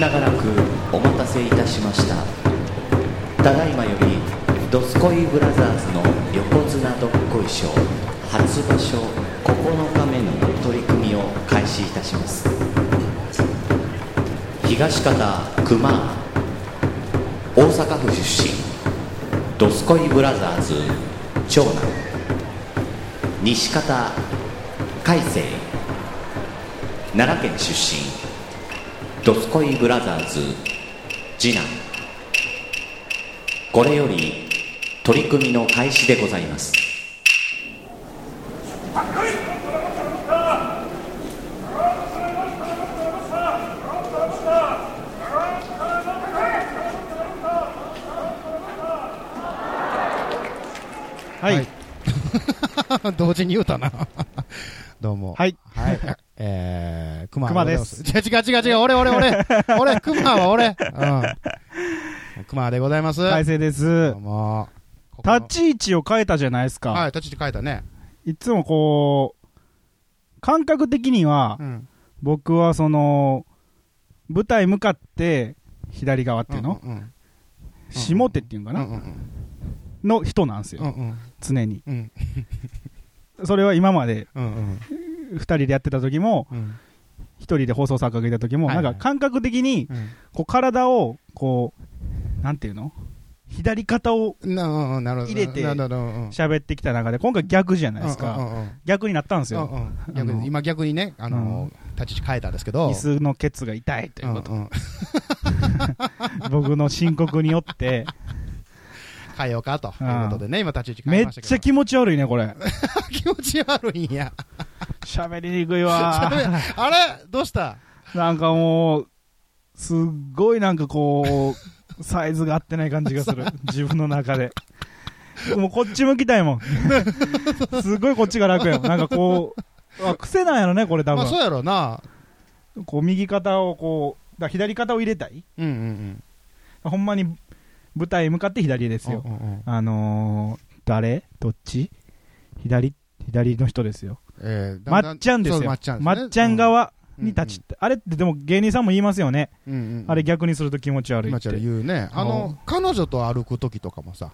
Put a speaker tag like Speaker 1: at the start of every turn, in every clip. Speaker 1: 長らくお待たせいたしましたただいまより「どすこいブラザーズ」の横綱どっこい賞初場所9日目の取り組みを開始いたします東方熊大阪府出身どすこいブラザーズ長男西方海星奈良県出身どすこいブラザーズ次男これより取り組みの開始でございます
Speaker 2: はい、
Speaker 3: はい 同時に言うたな。どうも。
Speaker 2: はい。
Speaker 3: はい。 えー、熊
Speaker 2: 熊です
Speaker 3: 違う違う違う違う、俺俺俺、俺、熊は俺。うん。 熊でございます。
Speaker 2: 改正です
Speaker 3: どう。も。ここの
Speaker 2: 立ち位置を変えたじゃないですか。
Speaker 3: はい、立ち位置変えたね。
Speaker 2: い、つもこう、感覚的には、
Speaker 3: うん。
Speaker 2: 僕はその、舞台向かって、左側っていうの、
Speaker 3: うんうん
Speaker 2: 下手っていうのか
Speaker 3: うん。う
Speaker 2: な、
Speaker 3: んうん
Speaker 2: の人なんですよ、
Speaker 3: うん。うん
Speaker 2: 常に。
Speaker 3: うん。
Speaker 2: それは今まで
Speaker 3: うんうん。
Speaker 2: 2人でやってた時も、
Speaker 3: うん。
Speaker 2: 1人で放送作家がいた時も、
Speaker 3: はいはい
Speaker 2: なんか感覚的に、こう体を、こう、なんていうの左肩を
Speaker 3: うん。なうんうんなるほど。
Speaker 2: 入れて
Speaker 3: なるほど。うん
Speaker 2: 喋ってきた中で、今回逆じゃないですか。
Speaker 3: うんうんうん
Speaker 2: 逆になったんです
Speaker 3: う
Speaker 2: よ。
Speaker 3: んうん逆
Speaker 2: あの
Speaker 3: に今逆にね、あの、立ち位置変えたんですけど。
Speaker 2: 椅子のケツが痛いということ、
Speaker 3: うんうん
Speaker 2: 僕の申告によ って、
Speaker 3: 変えようかということでね、今立ち位置変
Speaker 2: め
Speaker 3: え
Speaker 2: っ
Speaker 3: ましたけど。
Speaker 2: ちゃ気持ち悪いね、これ。
Speaker 3: 気持ち悪いんや。
Speaker 2: 喋りにくいわ。
Speaker 3: あれどうした
Speaker 2: なんかもう、すっごいなんかこう、サイズが合ってない感じが する。自分の中で。もうこっち向きたい もん。すっごいこっちが楽やもん。なんかこう、あ癖なんやろね、これ多
Speaker 3: まあそ
Speaker 2: 分。
Speaker 3: うやろうな。
Speaker 2: こう右肩をこう、だから左肩を入れたい
Speaker 3: うんうんうん。
Speaker 2: ほんまに舞台向かって左ですよ。
Speaker 3: うんうんうん
Speaker 2: あのー、誰どっち左、左の人ですよ。
Speaker 3: えーだ
Speaker 2: ま
Speaker 3: だ
Speaker 2: っちゃんです
Speaker 3: そう
Speaker 2: よ。
Speaker 3: ま
Speaker 2: ま
Speaker 3: っちゃんですね
Speaker 2: っちゃん側に立ち、あれってでも芸人さんも言いますよね。
Speaker 3: うんうんうん
Speaker 2: あれ逆にすると気持ち悪い
Speaker 3: ま
Speaker 2: っ
Speaker 3: っちゃん
Speaker 2: て。
Speaker 3: 言うね。あの、彼女と歩く時とかもさ、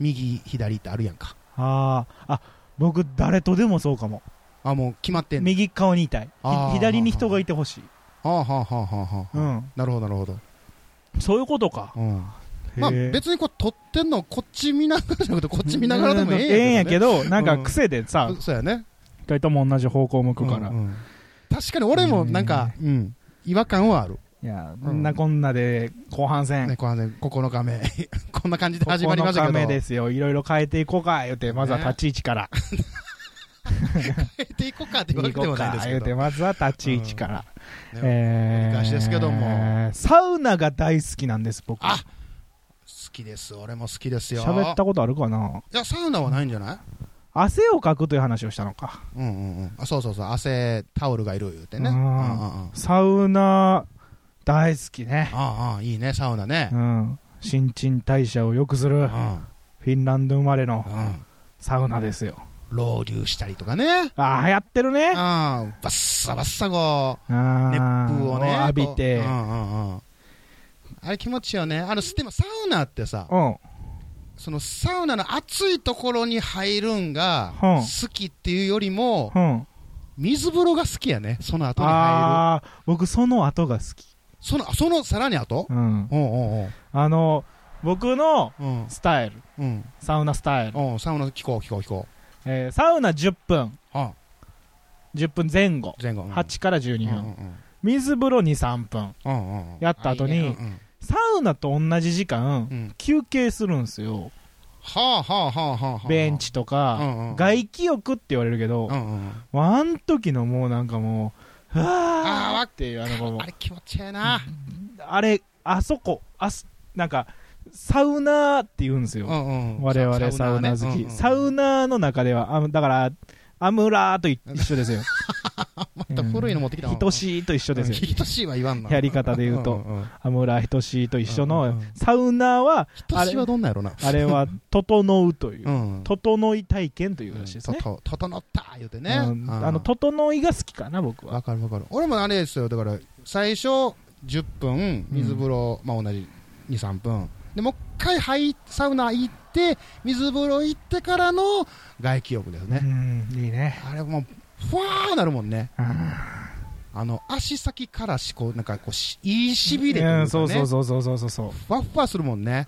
Speaker 3: 右、左ってあるやんか。
Speaker 2: ああ、あ、僕誰とでもそうかも。
Speaker 3: あ、もう決まってんの。
Speaker 2: 右顔にいたい。
Speaker 3: あー
Speaker 2: ひ左に人がいてほしい。
Speaker 3: はあはあはあはあ
Speaker 2: う
Speaker 3: はあ。
Speaker 2: ん。
Speaker 3: なるほどなるほど。
Speaker 2: そういうことか。
Speaker 3: うん。まあ
Speaker 2: へー
Speaker 3: 別にこう撮ってんのこっち見ながらじゃなくてこっち見ながらでもえ
Speaker 2: ええ
Speaker 3: え
Speaker 2: ん
Speaker 3: ん
Speaker 2: や
Speaker 3: や
Speaker 2: け
Speaker 3: けどね。
Speaker 2: ど、なんか
Speaker 3: うん
Speaker 2: 癖でさ、
Speaker 3: そうやね。
Speaker 2: 二人とも同じ方向向くから
Speaker 3: うん。うん確かに俺もなんか、うん。違和感はある。
Speaker 2: いや、
Speaker 3: ん
Speaker 2: こんなこんなで後半戦。
Speaker 3: ね、この9日目。 こんな感じで始まりまし
Speaker 2: 9
Speaker 3: た
Speaker 2: 日
Speaker 3: けど。
Speaker 2: 目ですよ。いろいろ変えていこうか、言うて、まずは立ち位置から。
Speaker 3: 変えていこうかって言われて
Speaker 2: 行こ
Speaker 3: も
Speaker 2: う
Speaker 3: ない
Speaker 2: か
Speaker 3: ですけ
Speaker 2: 言う
Speaker 3: ど
Speaker 2: て、。まずは立ち位置から。
Speaker 3: うんね
Speaker 2: え
Speaker 3: 繰り返しですけども
Speaker 2: サウナが大好きなんです、僕。
Speaker 3: あ好きです。俺も好きですよ。
Speaker 2: 喋ったことあるかない
Speaker 3: や、サウナはないんじゃない
Speaker 2: 汗をかくという話をしたのか。
Speaker 3: うんうんうん。あ、そうそうそう。汗、タオルがいる言うてね。
Speaker 2: あ
Speaker 3: う
Speaker 2: ー
Speaker 3: んうんうん。
Speaker 2: サウナ、大好きね。
Speaker 3: ああ、いいね、サウナね
Speaker 2: う。ん。新陳代謝を良くす
Speaker 3: う
Speaker 2: る、
Speaker 3: ん。うん。
Speaker 2: フィンランド生まれのサウナですよ。
Speaker 3: ロウリュしたりとかね。
Speaker 2: ああ、流行ってる
Speaker 3: う
Speaker 2: ね
Speaker 3: ん。。バッサバッサこう、熱
Speaker 2: ああ
Speaker 3: 風をね。
Speaker 2: 浴びて
Speaker 3: こ。ううんうんうん。あれ気持ちいいよね。あの、でもサウナってさ、
Speaker 2: うん。
Speaker 3: そのサウナの熱いところに入るんが
Speaker 2: うん
Speaker 3: 好きっていうよりも、
Speaker 2: うん。
Speaker 3: 水風呂が好きやね。その後に入る。
Speaker 2: ああ、僕その後が好き。
Speaker 3: その、その、さらに後
Speaker 2: うん。
Speaker 3: うんうんうん。
Speaker 2: あの、僕の
Speaker 3: うん。
Speaker 2: スタイル。
Speaker 3: うん。
Speaker 2: サウナスタイル。
Speaker 3: うん、サウナ聞こう、聞こう、聞こ
Speaker 2: えーサウナ10分。
Speaker 3: う。うん。
Speaker 2: 10分前後、
Speaker 3: 前後。うん
Speaker 2: 8から12分、
Speaker 3: うん
Speaker 2: 水風呂23分
Speaker 3: うんうんうんうん
Speaker 2: やった後に
Speaker 3: あいいねうん
Speaker 2: サウナと同じ時間、
Speaker 3: うんうん
Speaker 2: 休憩するんすよ
Speaker 3: はあはあはあはあはあ。
Speaker 2: ベンチとか、
Speaker 3: うんうん
Speaker 2: 外気浴って言われるけど、
Speaker 3: うんうんうん
Speaker 2: もうあん時のもうなんかもう
Speaker 3: あー
Speaker 2: は
Speaker 3: わ
Speaker 2: あっていうあのもう
Speaker 3: あれ気持ちええな。
Speaker 2: あれあそこあすなんかサウナーって言うんです
Speaker 3: う
Speaker 2: よ、
Speaker 3: んうん
Speaker 2: 我々サウナ好き、サウナーの中ではあだからアムラーとい一緒 ですよ
Speaker 3: ナまた古いの持ってきた。
Speaker 2: 等しいと一緒ですよ、
Speaker 3: 等しいは言わんの。
Speaker 2: やり方で言うと
Speaker 3: んんん。
Speaker 2: アムラー等しいと一緒の、
Speaker 3: うんうんうん
Speaker 2: サウナーは
Speaker 3: 等しいはどんなんやろな。
Speaker 2: あれは、整うという、
Speaker 3: うん。
Speaker 2: 整い体験というらしいですね。
Speaker 3: とと整った言うてね。
Speaker 2: うん
Speaker 3: うん
Speaker 2: あの、整いが好きかな、僕は。
Speaker 3: わかるわかる。俺もあれですよ。だから、最初、 10分、水風呂、まあ同じ2、3分。で、もう一回入っ、サウナ行って、水風呂行ってからの外気浴です
Speaker 2: う
Speaker 3: ね。
Speaker 2: ん、いいね。
Speaker 3: あれもう、ふわーなるもんね。
Speaker 2: あ
Speaker 3: あの、足先からし、こう、なんかこうし、いいしびれというか、ね
Speaker 2: ーうん、そうそうそうそうそうそうそう。
Speaker 3: ふわっふわするもんね。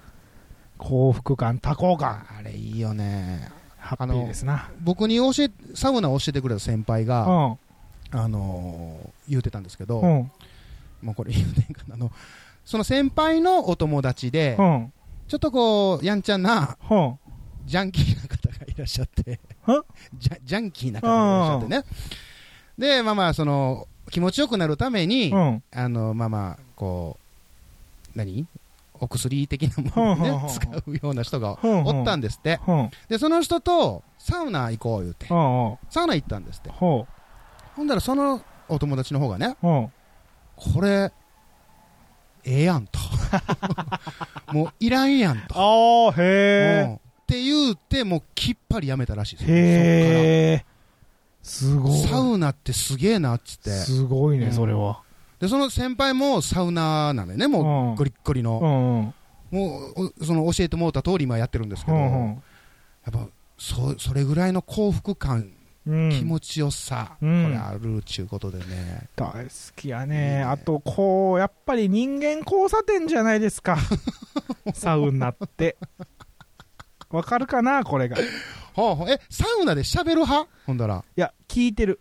Speaker 2: 幸福感、多幸感、
Speaker 3: あれいいよね。
Speaker 2: ハッピーですな。
Speaker 3: 僕に教え、サウナを教えてくれた先輩
Speaker 2: う
Speaker 3: が、
Speaker 2: ん、
Speaker 3: あのー言うてたんですけど、
Speaker 2: うん、
Speaker 3: もうこれ言うてんかな、あの、その先輩のお友達で
Speaker 2: う、ん、
Speaker 3: ちょっとこう、やんちゃな、
Speaker 2: うん。
Speaker 3: ジャンキーな方がいらっしゃって
Speaker 2: は、
Speaker 3: ジャジャンキーな方がいらっしゃってね。で、まあまあ、その、気持ちよくなるために、
Speaker 2: うん、
Speaker 3: あの、まあまあ、こう、何お薬的なものを
Speaker 2: うんうんうんう
Speaker 3: ね
Speaker 2: ん、
Speaker 3: 使うような人が
Speaker 2: うんうん
Speaker 3: おったんですって。
Speaker 2: うん、
Speaker 3: で、その人と、サウナ行こう言うて
Speaker 2: う、ん、うん、
Speaker 3: サウナ行ったんですって。
Speaker 2: ほ
Speaker 3: ほんだら、そのお友達の方がね、
Speaker 2: う、うん、
Speaker 3: これ、ええやん と。もう、いらんやんと。
Speaker 2: ああ、
Speaker 3: う
Speaker 2: へ
Speaker 3: んって言うて、もう、きっぱりやめたらしいで
Speaker 2: え。
Speaker 3: すよ。
Speaker 2: へえ。す
Speaker 3: そっから
Speaker 2: ごい。
Speaker 3: サウナってすげえなっつって
Speaker 2: すごいうね、
Speaker 3: ん
Speaker 2: それは。
Speaker 3: でその先輩もサウナーなんでねも
Speaker 2: うん
Speaker 3: うゴリッゴリ
Speaker 2: うん、
Speaker 3: の、
Speaker 2: うん、
Speaker 3: もうおその教えてもらった通り今やってるんですけ
Speaker 2: う
Speaker 3: ど、
Speaker 2: ん、
Speaker 3: やっぱそそれぐらいの幸福感、
Speaker 2: うん。
Speaker 3: 気持ちよさ、
Speaker 2: うん
Speaker 3: これあるっちゅうことでね
Speaker 2: 大好きやね。あと、こう、やっぱり人間交差点じゃないですか。サウナって。わかるかなこれが。い
Speaker 3: ほうほうえサウナでしゃべる派ほんだら
Speaker 2: や、聞いてる。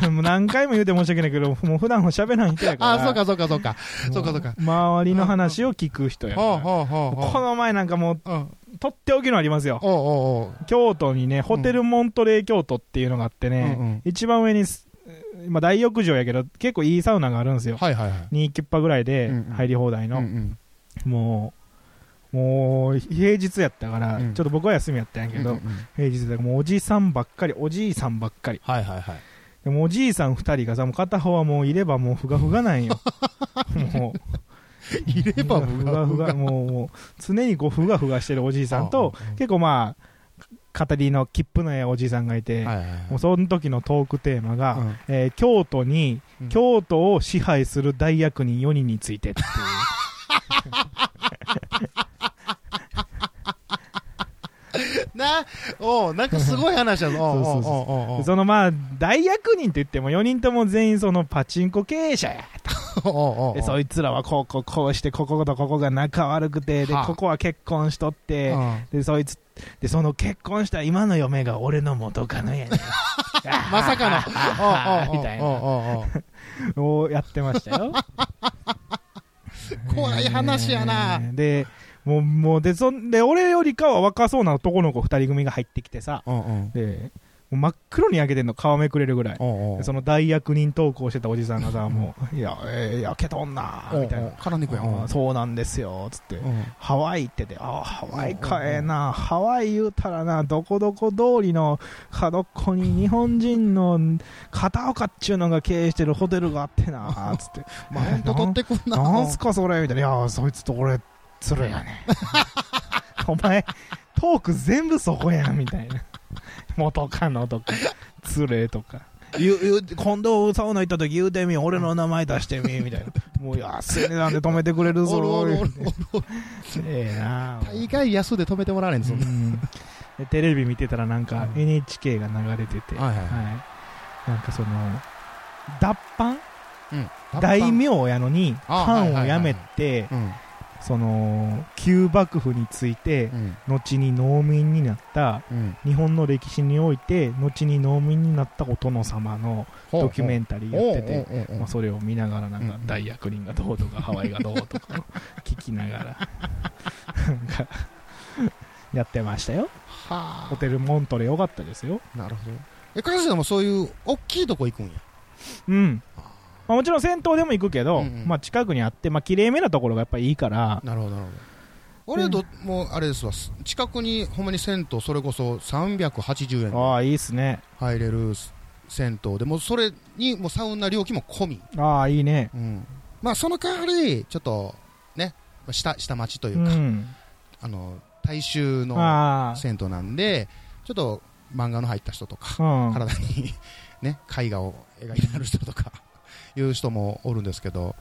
Speaker 2: でも何回も言うて申し訳ないけど、もう普段は喋らん人やから。
Speaker 3: あそうかそうかそうか
Speaker 2: もう
Speaker 3: そうかそうか
Speaker 2: 周りの話を聞く人やか
Speaker 3: ほう
Speaker 2: ら。
Speaker 3: ほうほう
Speaker 2: こ
Speaker 3: ほう
Speaker 2: の前なんかもう、
Speaker 3: うん
Speaker 2: とっておきのありますよ。
Speaker 3: おうおうおう
Speaker 2: 京都にね、ホテルモントレー京都っていうのがあってね、
Speaker 3: うんうん
Speaker 2: 一番上にす、今大浴場やけど、結構いいサウナがあるんですよ。
Speaker 3: はいはいはい
Speaker 2: 2キュッパぐらいで
Speaker 3: うんうん
Speaker 2: 入り放題の。
Speaker 3: うんうん
Speaker 2: もう、もう、平日やったから、
Speaker 3: うん
Speaker 2: ちょっと僕は休みやったんやけど、
Speaker 3: うんうんうん
Speaker 2: 平日だからもうおじさんばっかり、おじいさんばっかり。
Speaker 3: はいはいはい
Speaker 2: でもおじいさん二人がさ、もう片方はもういればもうふがふがなん よ。もう、
Speaker 3: いれば
Speaker 2: ふ
Speaker 3: ふ
Speaker 2: が
Speaker 3: が
Speaker 2: ふ
Speaker 3: ふ
Speaker 2: が、
Speaker 3: が
Speaker 2: もう、もう常にこうふがふがしてるおじいさんと、
Speaker 3: うんうんうん
Speaker 2: 結構まあ、語りの切符のええおじいさんがいて、
Speaker 3: はいはいはい
Speaker 2: もうその時のトークテーマが、
Speaker 3: うん
Speaker 2: えー京都に、
Speaker 3: うん
Speaker 2: 京都を支配する大役人4人について っていう。
Speaker 3: な、おうなんかすごい話だぞ。お う
Speaker 2: そうそうそう
Speaker 3: おうおうおう
Speaker 2: そのまあ、大役人と言っても4人とも全員そのパチンコ経営者や。
Speaker 3: おうおうおう
Speaker 2: でそいつらはこうこうこうして、こことここが仲悪くて、で、
Speaker 3: はあ
Speaker 2: ここは結婚しとっ
Speaker 3: う
Speaker 2: て、
Speaker 3: ん
Speaker 2: で、そいつ、で、その結婚した今の嫁が俺の元カノやねん。
Speaker 3: まさ かの、
Speaker 2: あー
Speaker 3: おうおうおう
Speaker 2: みたい
Speaker 3: お
Speaker 2: な。
Speaker 3: うおうおう
Speaker 2: をやってましたよ。
Speaker 3: 怖い話やな
Speaker 2: え。ー。で、もう、もう、で、そんで、俺よりかは若そうな男の子2人組が入ってきてさ、
Speaker 3: うんうん
Speaker 2: で、もう真っ黒に焼けてんの、皮めくれるぐらい。
Speaker 3: おうおう
Speaker 2: その大役人投稿してたおじさんがさ、もう、いや、えー、焼けとんな
Speaker 3: おうおう
Speaker 2: みたいな。
Speaker 3: 絡んでいくやん。
Speaker 2: あーそうなんですよ、つって。
Speaker 3: うん
Speaker 2: ハワイ行ってて、ああ、ハワイかええな、ハワイ言うたらな、どこどこ通りの角っこに日本人の片岡っちゅうのが経営してるホテルがあってな、つって。
Speaker 3: まあ、ほんと取ってくんな。
Speaker 2: なんすかそれみたいな。いやー、そいつと俺、つるやね。お前、トーク全部そこやん、みたいな。元カノとか、つれとか。言う言う今度、サウナ行った時言うてみ、俺の名前出してみ、みたいな。もう安い値段で止めてくれるぞ、
Speaker 3: おるおるおるおる
Speaker 2: ええなあ
Speaker 3: 大概安で止めてもらわれんぞ。
Speaker 2: うんでテレビ見てたらなんか
Speaker 3: うん
Speaker 2: NHK が流れてて、
Speaker 3: はいはい
Speaker 2: はいなんかその脱藩
Speaker 3: うん
Speaker 2: 大名やのに
Speaker 3: あは
Speaker 2: 藩
Speaker 3: いはい
Speaker 2: を
Speaker 3: はい
Speaker 2: 辞
Speaker 3: はい
Speaker 2: めて
Speaker 3: うん
Speaker 2: その旧幕府について
Speaker 3: うん
Speaker 2: 後に農民になった
Speaker 3: うん
Speaker 2: 日本の歴史において後に農民になったお殿様のドキュメンタリーやってて
Speaker 3: てて
Speaker 2: まあ、それを見ながらなんか
Speaker 3: うん
Speaker 2: 大役人がどうとかハワイがどうと かを聞きながらなんかやってましたよ
Speaker 3: は
Speaker 2: ホテルモントレ良かったですよ
Speaker 3: あなるほど。え、かずさんもそういう大きいとこ行くんや。
Speaker 2: うん、まあ、もちろん戦闘でも行くけど、
Speaker 3: うんうん
Speaker 2: まあ、近くにあって、まあ綺麗めなところがやっぱいいから
Speaker 3: なるほど、なるほど。俺ど、もうあれですわ、す近くにほんまに銭湯、それこそ380円
Speaker 2: ああいいっすね
Speaker 3: 入れる銭湯で、もうそれにもうサウナ料金も込み、
Speaker 2: ああいいね
Speaker 3: うんまあその代わり、ちょっとね、まあ下下町といううか、
Speaker 2: ん
Speaker 3: あの大衆の
Speaker 2: あ
Speaker 3: 銭湯なんで、ちょっと漫画の入った人とか、
Speaker 2: あうん
Speaker 3: 体にね、絵画を描いてある人とか、いう人もおるんですけど、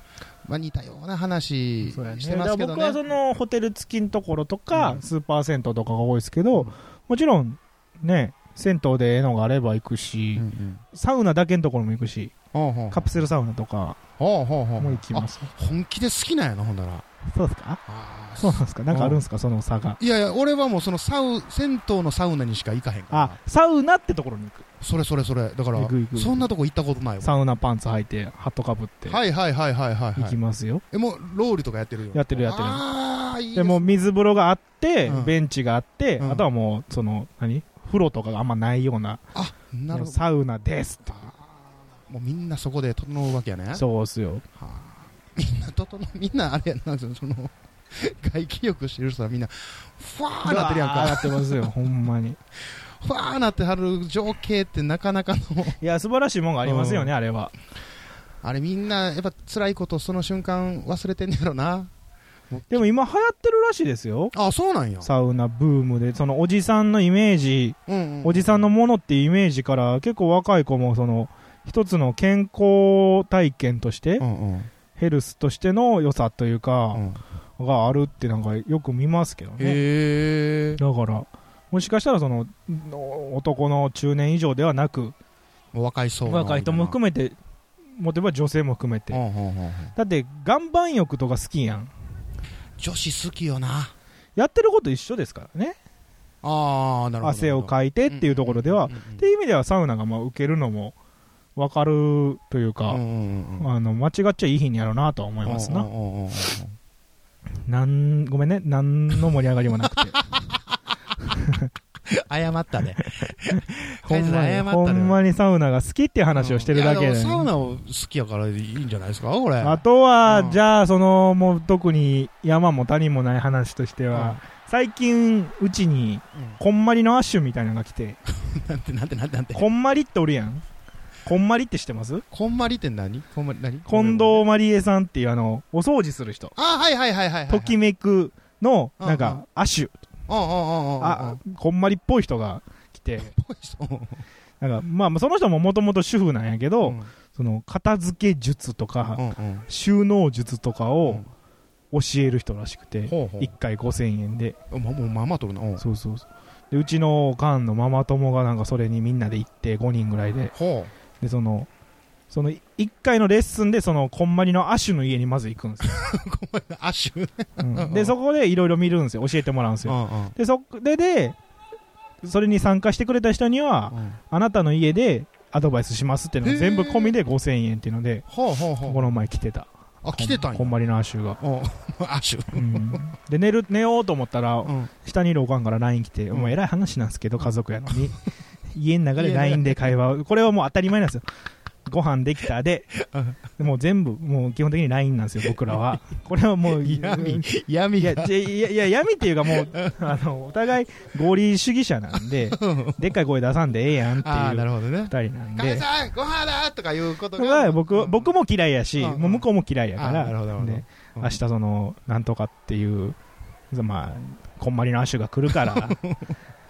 Speaker 3: まあ、似たような話
Speaker 2: そうやね
Speaker 3: してますけ
Speaker 2: だ
Speaker 3: ど
Speaker 2: から僕は
Speaker 3: ね
Speaker 2: そのホテル付きのところとか、
Speaker 3: うん
Speaker 2: スーパー銭湯とかが多いですけど、もちろんね、銭湯でええのがあれば行くし、
Speaker 3: うんうん
Speaker 2: サウナだけのところも行くし、
Speaker 3: ほうほう
Speaker 2: カプセルサウナとか
Speaker 3: ほうほうほう
Speaker 2: も行きます。
Speaker 3: あ本気で好きなんやなほんだら
Speaker 2: そうですか
Speaker 3: あー
Speaker 2: そうなんですかなんかあるんですかその差が。
Speaker 3: いやいや俺はもうそのサウ銭湯のサウナにしか行かへんから
Speaker 2: あ、サウナってところに行く。
Speaker 3: それそれそれだから
Speaker 2: 行く行く
Speaker 3: そんなとこ行ったことないわ
Speaker 2: サウナパンツ履いて、ハットかぶって、
Speaker 3: はいはいはいはいはい、
Speaker 2: 行
Speaker 3: は
Speaker 2: き
Speaker 3: い、
Speaker 2: ますよ。
Speaker 3: えもうロールとかやってるよ
Speaker 2: やってるやってる
Speaker 3: ああいい
Speaker 2: でもう水風呂があって、
Speaker 3: うん
Speaker 2: ベンチがあって、
Speaker 3: うん
Speaker 2: あとはもう、その、何風呂とかがあんまないような、
Speaker 3: あなるほど
Speaker 2: サウナですって。
Speaker 3: もうみんなそこで整うわけやね
Speaker 2: そうっすよ。
Speaker 3: みんな整うみんなあれやなその外気浴してる人はみんなふわーなってるやん
Speaker 2: うわー
Speaker 3: か
Speaker 2: なってます よ、ほんまに。
Speaker 3: ふわーなってはる情景ってなかなかの
Speaker 2: いや、素晴らしいもんがありますよね、あれは。
Speaker 3: あれみんなやっぱ辛いことその瞬間忘れてんねやろな
Speaker 2: でも今流行ってるらしいですよ。
Speaker 3: あそうなんや
Speaker 2: サウナブームで、そのおじさんのイメージ、
Speaker 3: うんうん
Speaker 2: おじさんのものっていうイメージから、結構若い子も、その、一つの健康体験として
Speaker 3: う、んうん
Speaker 2: ヘルスとしての良さという
Speaker 3: う
Speaker 2: か、
Speaker 3: ん
Speaker 2: があるってなんかよく見ますけどね。
Speaker 3: へえ
Speaker 2: だから、もしかしたらその、の男の中年以上ではなく、
Speaker 3: 若いそうな
Speaker 2: 若い人も含めて、もてば女性も含めて。
Speaker 3: うんうんうんうん
Speaker 2: だって、岩盤浴とか好きやん。
Speaker 3: 女子好きよな
Speaker 2: やってること一緒ですからね。
Speaker 3: ああなるほど
Speaker 2: 汗をかいてっていうところでは、
Speaker 3: うんうんうんう
Speaker 2: っ
Speaker 3: ん
Speaker 2: ていう意味ではサウナがまあ受けるのもわかるというか、
Speaker 3: うんうんうんうん
Speaker 2: あの間違っちゃいい日にやろうなとは思いますな、
Speaker 3: うんうんうんうんうん
Speaker 2: なんごめんね何の盛り上がりもな くて
Speaker 3: 謝っ たね
Speaker 2: ほんま
Speaker 3: カイ
Speaker 2: に
Speaker 3: ズさ謝ったね
Speaker 2: ほんまにサウナが好きっていう話をしてるだけ
Speaker 3: い
Speaker 2: で
Speaker 3: やもサウナを好きやからいいんじゃないですかこれ
Speaker 2: あとは、
Speaker 3: うん
Speaker 2: じゃあそのもう特に山も谷もない話としては、最近うちにこんまりのアッシュみたいなのが来 て
Speaker 3: なんてなんてなんてなんて
Speaker 2: こんまりっておるやんこんまりって知ってます
Speaker 3: こんまりって何こんまり何
Speaker 2: 近藤まりえさんっていうあのお掃除する人
Speaker 3: あはいはいはいはいはい
Speaker 2: ときめくの、なん
Speaker 3: うんう
Speaker 2: か、亜種、
Speaker 3: うんうんうんうんうん
Speaker 2: あ、こんまりっぽい人が来て、
Speaker 3: ぽい人
Speaker 2: なんか、まあ、その人ももともと主婦なんやけど、
Speaker 3: うん
Speaker 2: その、片付け術とか、
Speaker 3: うんうん
Speaker 2: 収納術とか
Speaker 3: う
Speaker 2: を
Speaker 3: ん
Speaker 2: 教える人らしくて、
Speaker 3: ほうほう
Speaker 2: 一回5000円で。
Speaker 3: まもうまあまあ取るなうん
Speaker 2: そうそうそう。で、うちのおかんのママ友がなんかそれにみんなで行って、5人ぐらいで。
Speaker 3: ほ
Speaker 2: で、その、その、1回のレッスンで、その、こんまりの亜種の家にまず行くん ですよ。
Speaker 3: う アッシュ
Speaker 2: うんで、そこでいろいろ見るんですよ。教えてもらうんですよ。
Speaker 3: ん
Speaker 2: で、そこでで、それに参加してくれた人には、
Speaker 3: うん
Speaker 2: あなたの家でアドバイスしますっていうのが全部込みで5000円っていうので、
Speaker 3: ほうほうほ
Speaker 2: こ
Speaker 3: う
Speaker 2: の前来てた。
Speaker 3: あ来てたんや
Speaker 2: こんまりの亜種が。
Speaker 3: うん アッシュ
Speaker 2: うんで、寝る、寝ようと思ったら
Speaker 3: う、ん
Speaker 2: 下にいるおかんから LINE 来て、
Speaker 3: うん
Speaker 2: もう偉い話なんですけど、家族やのに。 家の中で LINE で会話を、これはもう当たり前なんで すよ。ご飯できたで、でもう全部、もう基本的に LINE なんですよ、僕らは。これはもう、
Speaker 3: 闇闇
Speaker 2: い
Speaker 3: が
Speaker 2: や、じゃいや、いや、闇っていうかもう、あの、お互い合理主義者なんで、でっかい声出さんでええやんってい
Speaker 3: ああな
Speaker 2: う
Speaker 3: るほどね
Speaker 2: 二人なん
Speaker 3: 「母
Speaker 2: で。
Speaker 3: さんご飯だ!」とかいうこと
Speaker 2: 僕は
Speaker 3: が
Speaker 2: 僕、僕も嫌いやし、
Speaker 3: うん
Speaker 2: もう向こうも嫌いやか
Speaker 3: あなるほどなる
Speaker 2: ら、
Speaker 3: ほど
Speaker 2: で、
Speaker 3: うん
Speaker 2: 明日その、なんとかっていう、まあ、こんまりの亜種が来る から、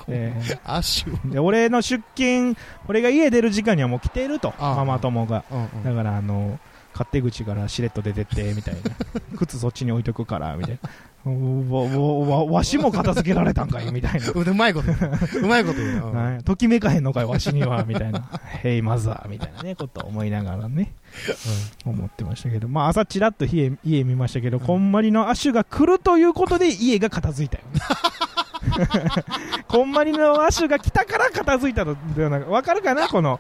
Speaker 2: で
Speaker 3: アッシュ
Speaker 2: で、俺の出勤、俺が家出る時間にはもう来てると、
Speaker 3: あ
Speaker 2: ママ友が。
Speaker 3: うんうん
Speaker 2: だから、あの、勝手口からしれっと出てって、みたい な。靴そっちに置いとくから、みたいな。うわわわわしも片付けられたんかいみたいな。
Speaker 3: うんうまいこと言う。うまいこと言うな。うん
Speaker 2: はいときめかへんのかい、わしには、みたいな。 ヘイマザー、みたいなね、ことを思いながらね、思ってましたけど、まあ、朝ちらっと家、家見ましたけど、こんまりの亜種が来るということで、家が片付いたよね。 こんまりの亜種が来たから片付いたのではなく、わかるかな、この。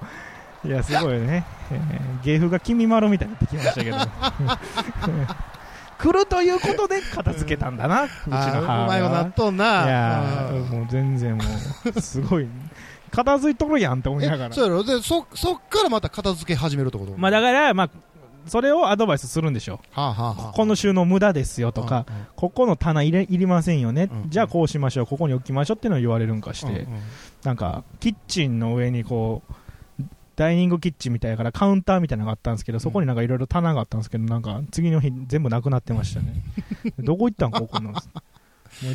Speaker 2: いや、すごいね。えー芸風が君まろみたいになってきましたけ ど。来るということで片付けたんだな、うちの
Speaker 3: あー
Speaker 2: 母
Speaker 3: うまい
Speaker 2: 親
Speaker 3: こと
Speaker 2: は
Speaker 3: なっとん
Speaker 2: いやー
Speaker 3: な。うん
Speaker 2: もう全然もう、すごい、片付いとるやんって思いなが
Speaker 3: え、
Speaker 2: ら。
Speaker 3: そうやろで、そ、そっからまた片付け始めるってこと
Speaker 2: まあだ
Speaker 3: は
Speaker 2: から、まあ、それをアドバイスするんでしょ。
Speaker 3: あはあはあ
Speaker 2: ここの収納無駄ですよとか、、ここの棚入れ、いりませんよね
Speaker 3: う。ん
Speaker 2: じゃあこうしましょう、ここに置きましょうっていうのを言われるんかし
Speaker 3: うんうん
Speaker 2: て、なんか、キッチンの上にこう、ダイニングキッチンみたいやからカウンターみたいなのがあったんですけど、そこになんかいろいろ棚があったんですけど、なんか次の日全部なくなってました ね。どこ行ったんここの。もう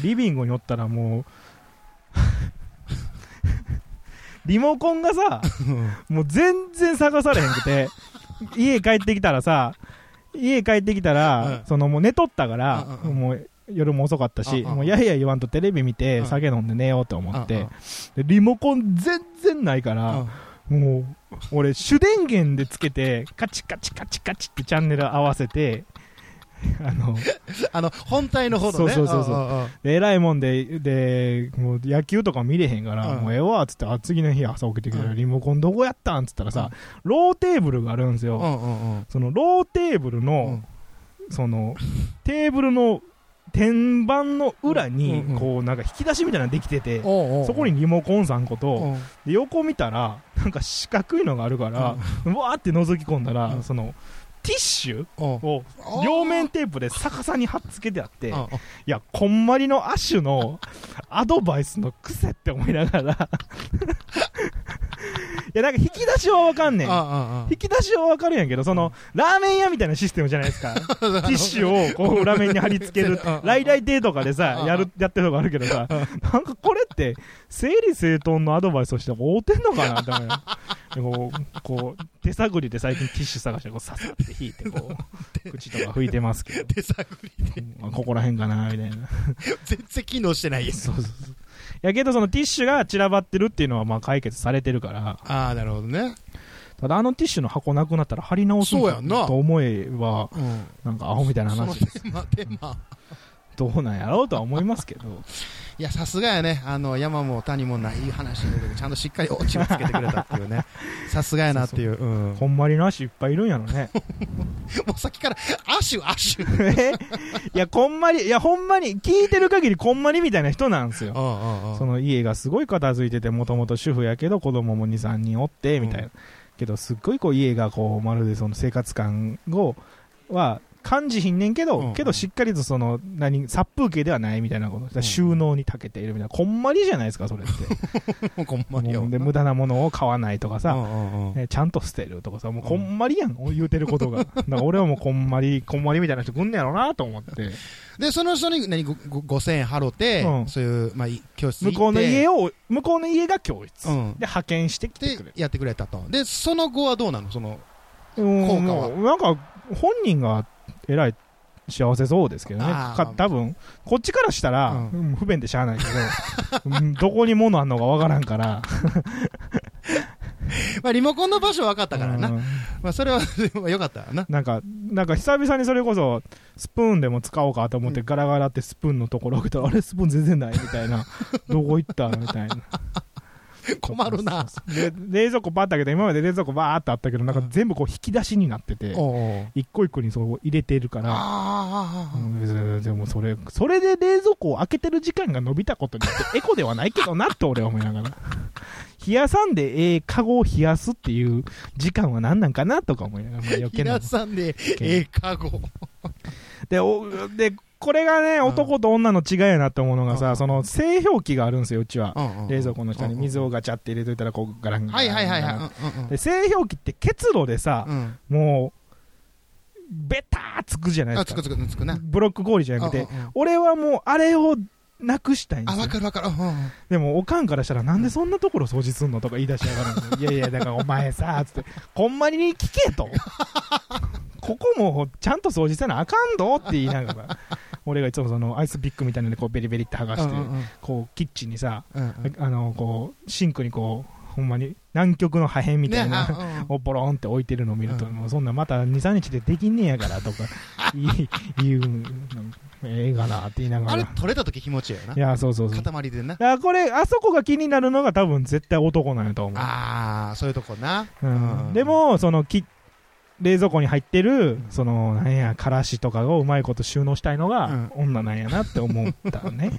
Speaker 2: リビングにおったらもう、 リモコンがさ、もう全然探されへんくて、家帰ってきたらさ、家帰ってきたら
Speaker 3: う、ん
Speaker 2: そのもう寝とったから
Speaker 3: うん、うんうん
Speaker 2: もう夜も遅かったし、
Speaker 3: うんうん
Speaker 2: もうやいや言わんとテレビ見
Speaker 3: う
Speaker 2: て、
Speaker 3: ん
Speaker 2: 酒飲んで寝ようと思っ
Speaker 3: うん
Speaker 2: て、でリモコン全然ないか
Speaker 3: うんう
Speaker 2: ら、
Speaker 3: ん
Speaker 2: もう、俺、主電源でつけて、カチカチカチカチってチャンネル合わせて、あの、
Speaker 3: あの本体の方のね
Speaker 2: そうそうそうそうん
Speaker 3: んん
Speaker 2: で偉いもんで、で、もう野球とか見れへんから、
Speaker 3: うん
Speaker 2: もうええわ、つって、あ、次の日朝起きてきた
Speaker 3: う
Speaker 2: ら、
Speaker 3: ん
Speaker 2: リモコンどこやったんつったらさ、ローテーブルがあるんですよ。
Speaker 3: うんうんうん
Speaker 2: そのローテーブルの、その、テーブルの天板の裏に
Speaker 3: うんうん、
Speaker 2: こう、なんか引き出しみたいなのできてて、
Speaker 3: おうおう
Speaker 2: そこにリモコン3個
Speaker 3: う
Speaker 2: と、
Speaker 3: んうん
Speaker 2: で横見たら、なんか四角いのがあるから、わーって覗き込んだ
Speaker 3: う
Speaker 2: ら、
Speaker 3: ん
Speaker 2: その、ティッシュ
Speaker 3: うん
Speaker 2: を両面テープで逆さに貼っつけてあって、
Speaker 3: うんうん
Speaker 2: いや、こんまりの亜種のアドバイスの癖って思いながら いや、なんか引き出しはわかんねん。
Speaker 3: あ
Speaker 2: 引き出しはわかるんやけど、その、ラーメン屋みたいなシステムじゃないです か。ティッシュをこう裏面に貼り付ける
Speaker 3: うんうんう。ん
Speaker 2: ライライデーとかでさ
Speaker 3: う、ん
Speaker 2: やる、やってるとこあるけどさ、なんかこれって、整理整頓のアドバイスとして合うてんのかなって思うよでこう、こう、手探りで最近ティッシュ探して、こう、ささって引いて、こ う、口とか拭いてますけど、
Speaker 3: 手探り
Speaker 2: あここら辺かな、みたいな。
Speaker 3: 全然機能してないや
Speaker 2: そうそうそう。やけど、そのティッシュが散らばってるっていうのは、まあ解決されてるから、
Speaker 3: ああなるほどね
Speaker 2: ただあのティッシュの箱なくなったら貼り直すん
Speaker 3: そう
Speaker 2: か
Speaker 3: やんな
Speaker 2: と思えば、
Speaker 3: うん
Speaker 2: なんかアホみたいな
Speaker 3: その
Speaker 2: 話
Speaker 3: 手間手間
Speaker 2: どうなんやろうとは思いますけど
Speaker 3: いやさすがやねあの山も谷もない話だけどちゃんとしっかりオチをつけてくれたっていうね さすがやなっていううん
Speaker 2: ほんまになしいっぱいいるんやろね
Speaker 3: もうさっきからアシュアシュ
Speaker 2: えいやこんまりいやほんまに聞いてる限りこんまりみたいな人なんですよそ
Speaker 3: そ
Speaker 2: の家がすごい片付いててもともと主婦やけど子供も23人おってみたいな、
Speaker 3: う
Speaker 2: けどすっごいこう家がこうまるでその生活感をは感じひんねんけど、
Speaker 3: うんうん
Speaker 2: けどしっかりとその何殺風景ではないみたいなこと、だから収納に長けているみたいなこんまりじゃないですか それって
Speaker 3: のこんまりよ
Speaker 2: もうで無駄なものを買わないとかさ、
Speaker 3: うんうんうん
Speaker 2: ね、ちゃんと捨てるとかさ、もうこんまりやん、言うてる ことが。だから俺はもうこんまり、 こんまりみたいな人来んねやろなと思って。
Speaker 3: でその人に何ごご5000円払って
Speaker 2: うん
Speaker 3: そういうまあい教室行
Speaker 2: 向
Speaker 3: って
Speaker 2: こうの家
Speaker 3: を
Speaker 2: を、向こうの家が教室。
Speaker 3: うん
Speaker 2: で、派遣してきてくれる。
Speaker 3: やってくれたとでその後はどうなのその
Speaker 2: うん
Speaker 3: 効果は
Speaker 2: もうなんか、本人が偉い幸せそうですけどね。
Speaker 3: あー
Speaker 2: か多分、こっちからしたら、
Speaker 3: うん
Speaker 2: うん不便でしゃあないけど、うんどこに物あんのかわからんから。
Speaker 3: まあリモコンの場所分かったからな
Speaker 2: うん
Speaker 3: まあそれは よかったわな
Speaker 2: なんか、なんか久々にそれこそ、スプーンでも使おうかと思って、ガラガラってスプーンのところを置いたら、あれ、スプーン全然ないみたい な、どこ行ったみたいな。
Speaker 3: 困るな
Speaker 2: で、冷蔵庫ばーってあけど、今まで冷蔵庫ばーってあったけど、なんか全部こう引き出しになってて、
Speaker 3: おうおう
Speaker 2: 一個一個にそう入れてるから、
Speaker 3: あ
Speaker 2: う
Speaker 3: ー
Speaker 2: ん別にでもそれ、それで冷蔵庫を開けてる時間が伸びたことによ って、エコではないけどなって俺は思いながら。冷やさんで、ええカゴを冷やすっていう時間は何なんかなとか思いながら、まあ余計な
Speaker 3: 平田。さんでええかご
Speaker 2: で、おでこれがね、
Speaker 3: うん
Speaker 2: 男と女の違いやなって思うのが
Speaker 3: う
Speaker 2: さ、
Speaker 3: ん
Speaker 2: その製氷機があるんですよ、うちは。冷蔵庫の下
Speaker 3: 下
Speaker 2: に水をガチャって入れといたら、こう、ガランガラ
Speaker 3: は
Speaker 2: ン
Speaker 3: い
Speaker 2: ガラン。
Speaker 3: はいはいはいうんうん
Speaker 2: で、製氷機って結露でさ、
Speaker 3: うん
Speaker 2: もう、ベターつくじゃない
Speaker 3: あ
Speaker 2: です
Speaker 3: つく
Speaker 2: か。
Speaker 3: つくつくな
Speaker 2: ブロック氷じゃなくて
Speaker 3: うんうんうん、
Speaker 2: 俺はもう、あれを、なくしたいんで
Speaker 3: あ
Speaker 2: すよ
Speaker 3: 分かる分かるうんうん
Speaker 2: でもおかんからしたらなんでそんなところ掃除すんのとか言い出しながら いやいやだからお前さつってこんまりに聞けとここもちゃんと掃除せなあかんどって言いながら俺がいつもそのアイスビッグみたいなのでこうベリベリって剥がして
Speaker 3: うんうん
Speaker 2: こうキッチンにさ
Speaker 3: うんうん
Speaker 2: あのこうシンクにこうほんまに南極の破片みたいな、
Speaker 3: ねあうん
Speaker 2: をボロンって置いてるのを見ると、
Speaker 3: うん
Speaker 2: もうそんなまた23日でできんねやからとかいいううんええがなって言いなが
Speaker 3: あれ
Speaker 2: ら
Speaker 3: 取れた時気持ちいいよない
Speaker 2: やそうそうそう
Speaker 3: 塊でな
Speaker 2: だからこれ、 あそこが気になるのが多分絶対男なんやと思う。
Speaker 3: ああそういうとこな
Speaker 2: うん
Speaker 3: うん
Speaker 2: でも、そのき、冷蔵庫に入ってる、その、なんや、からしとかをうまいこと収納したいのが、女なんやなって思ったね。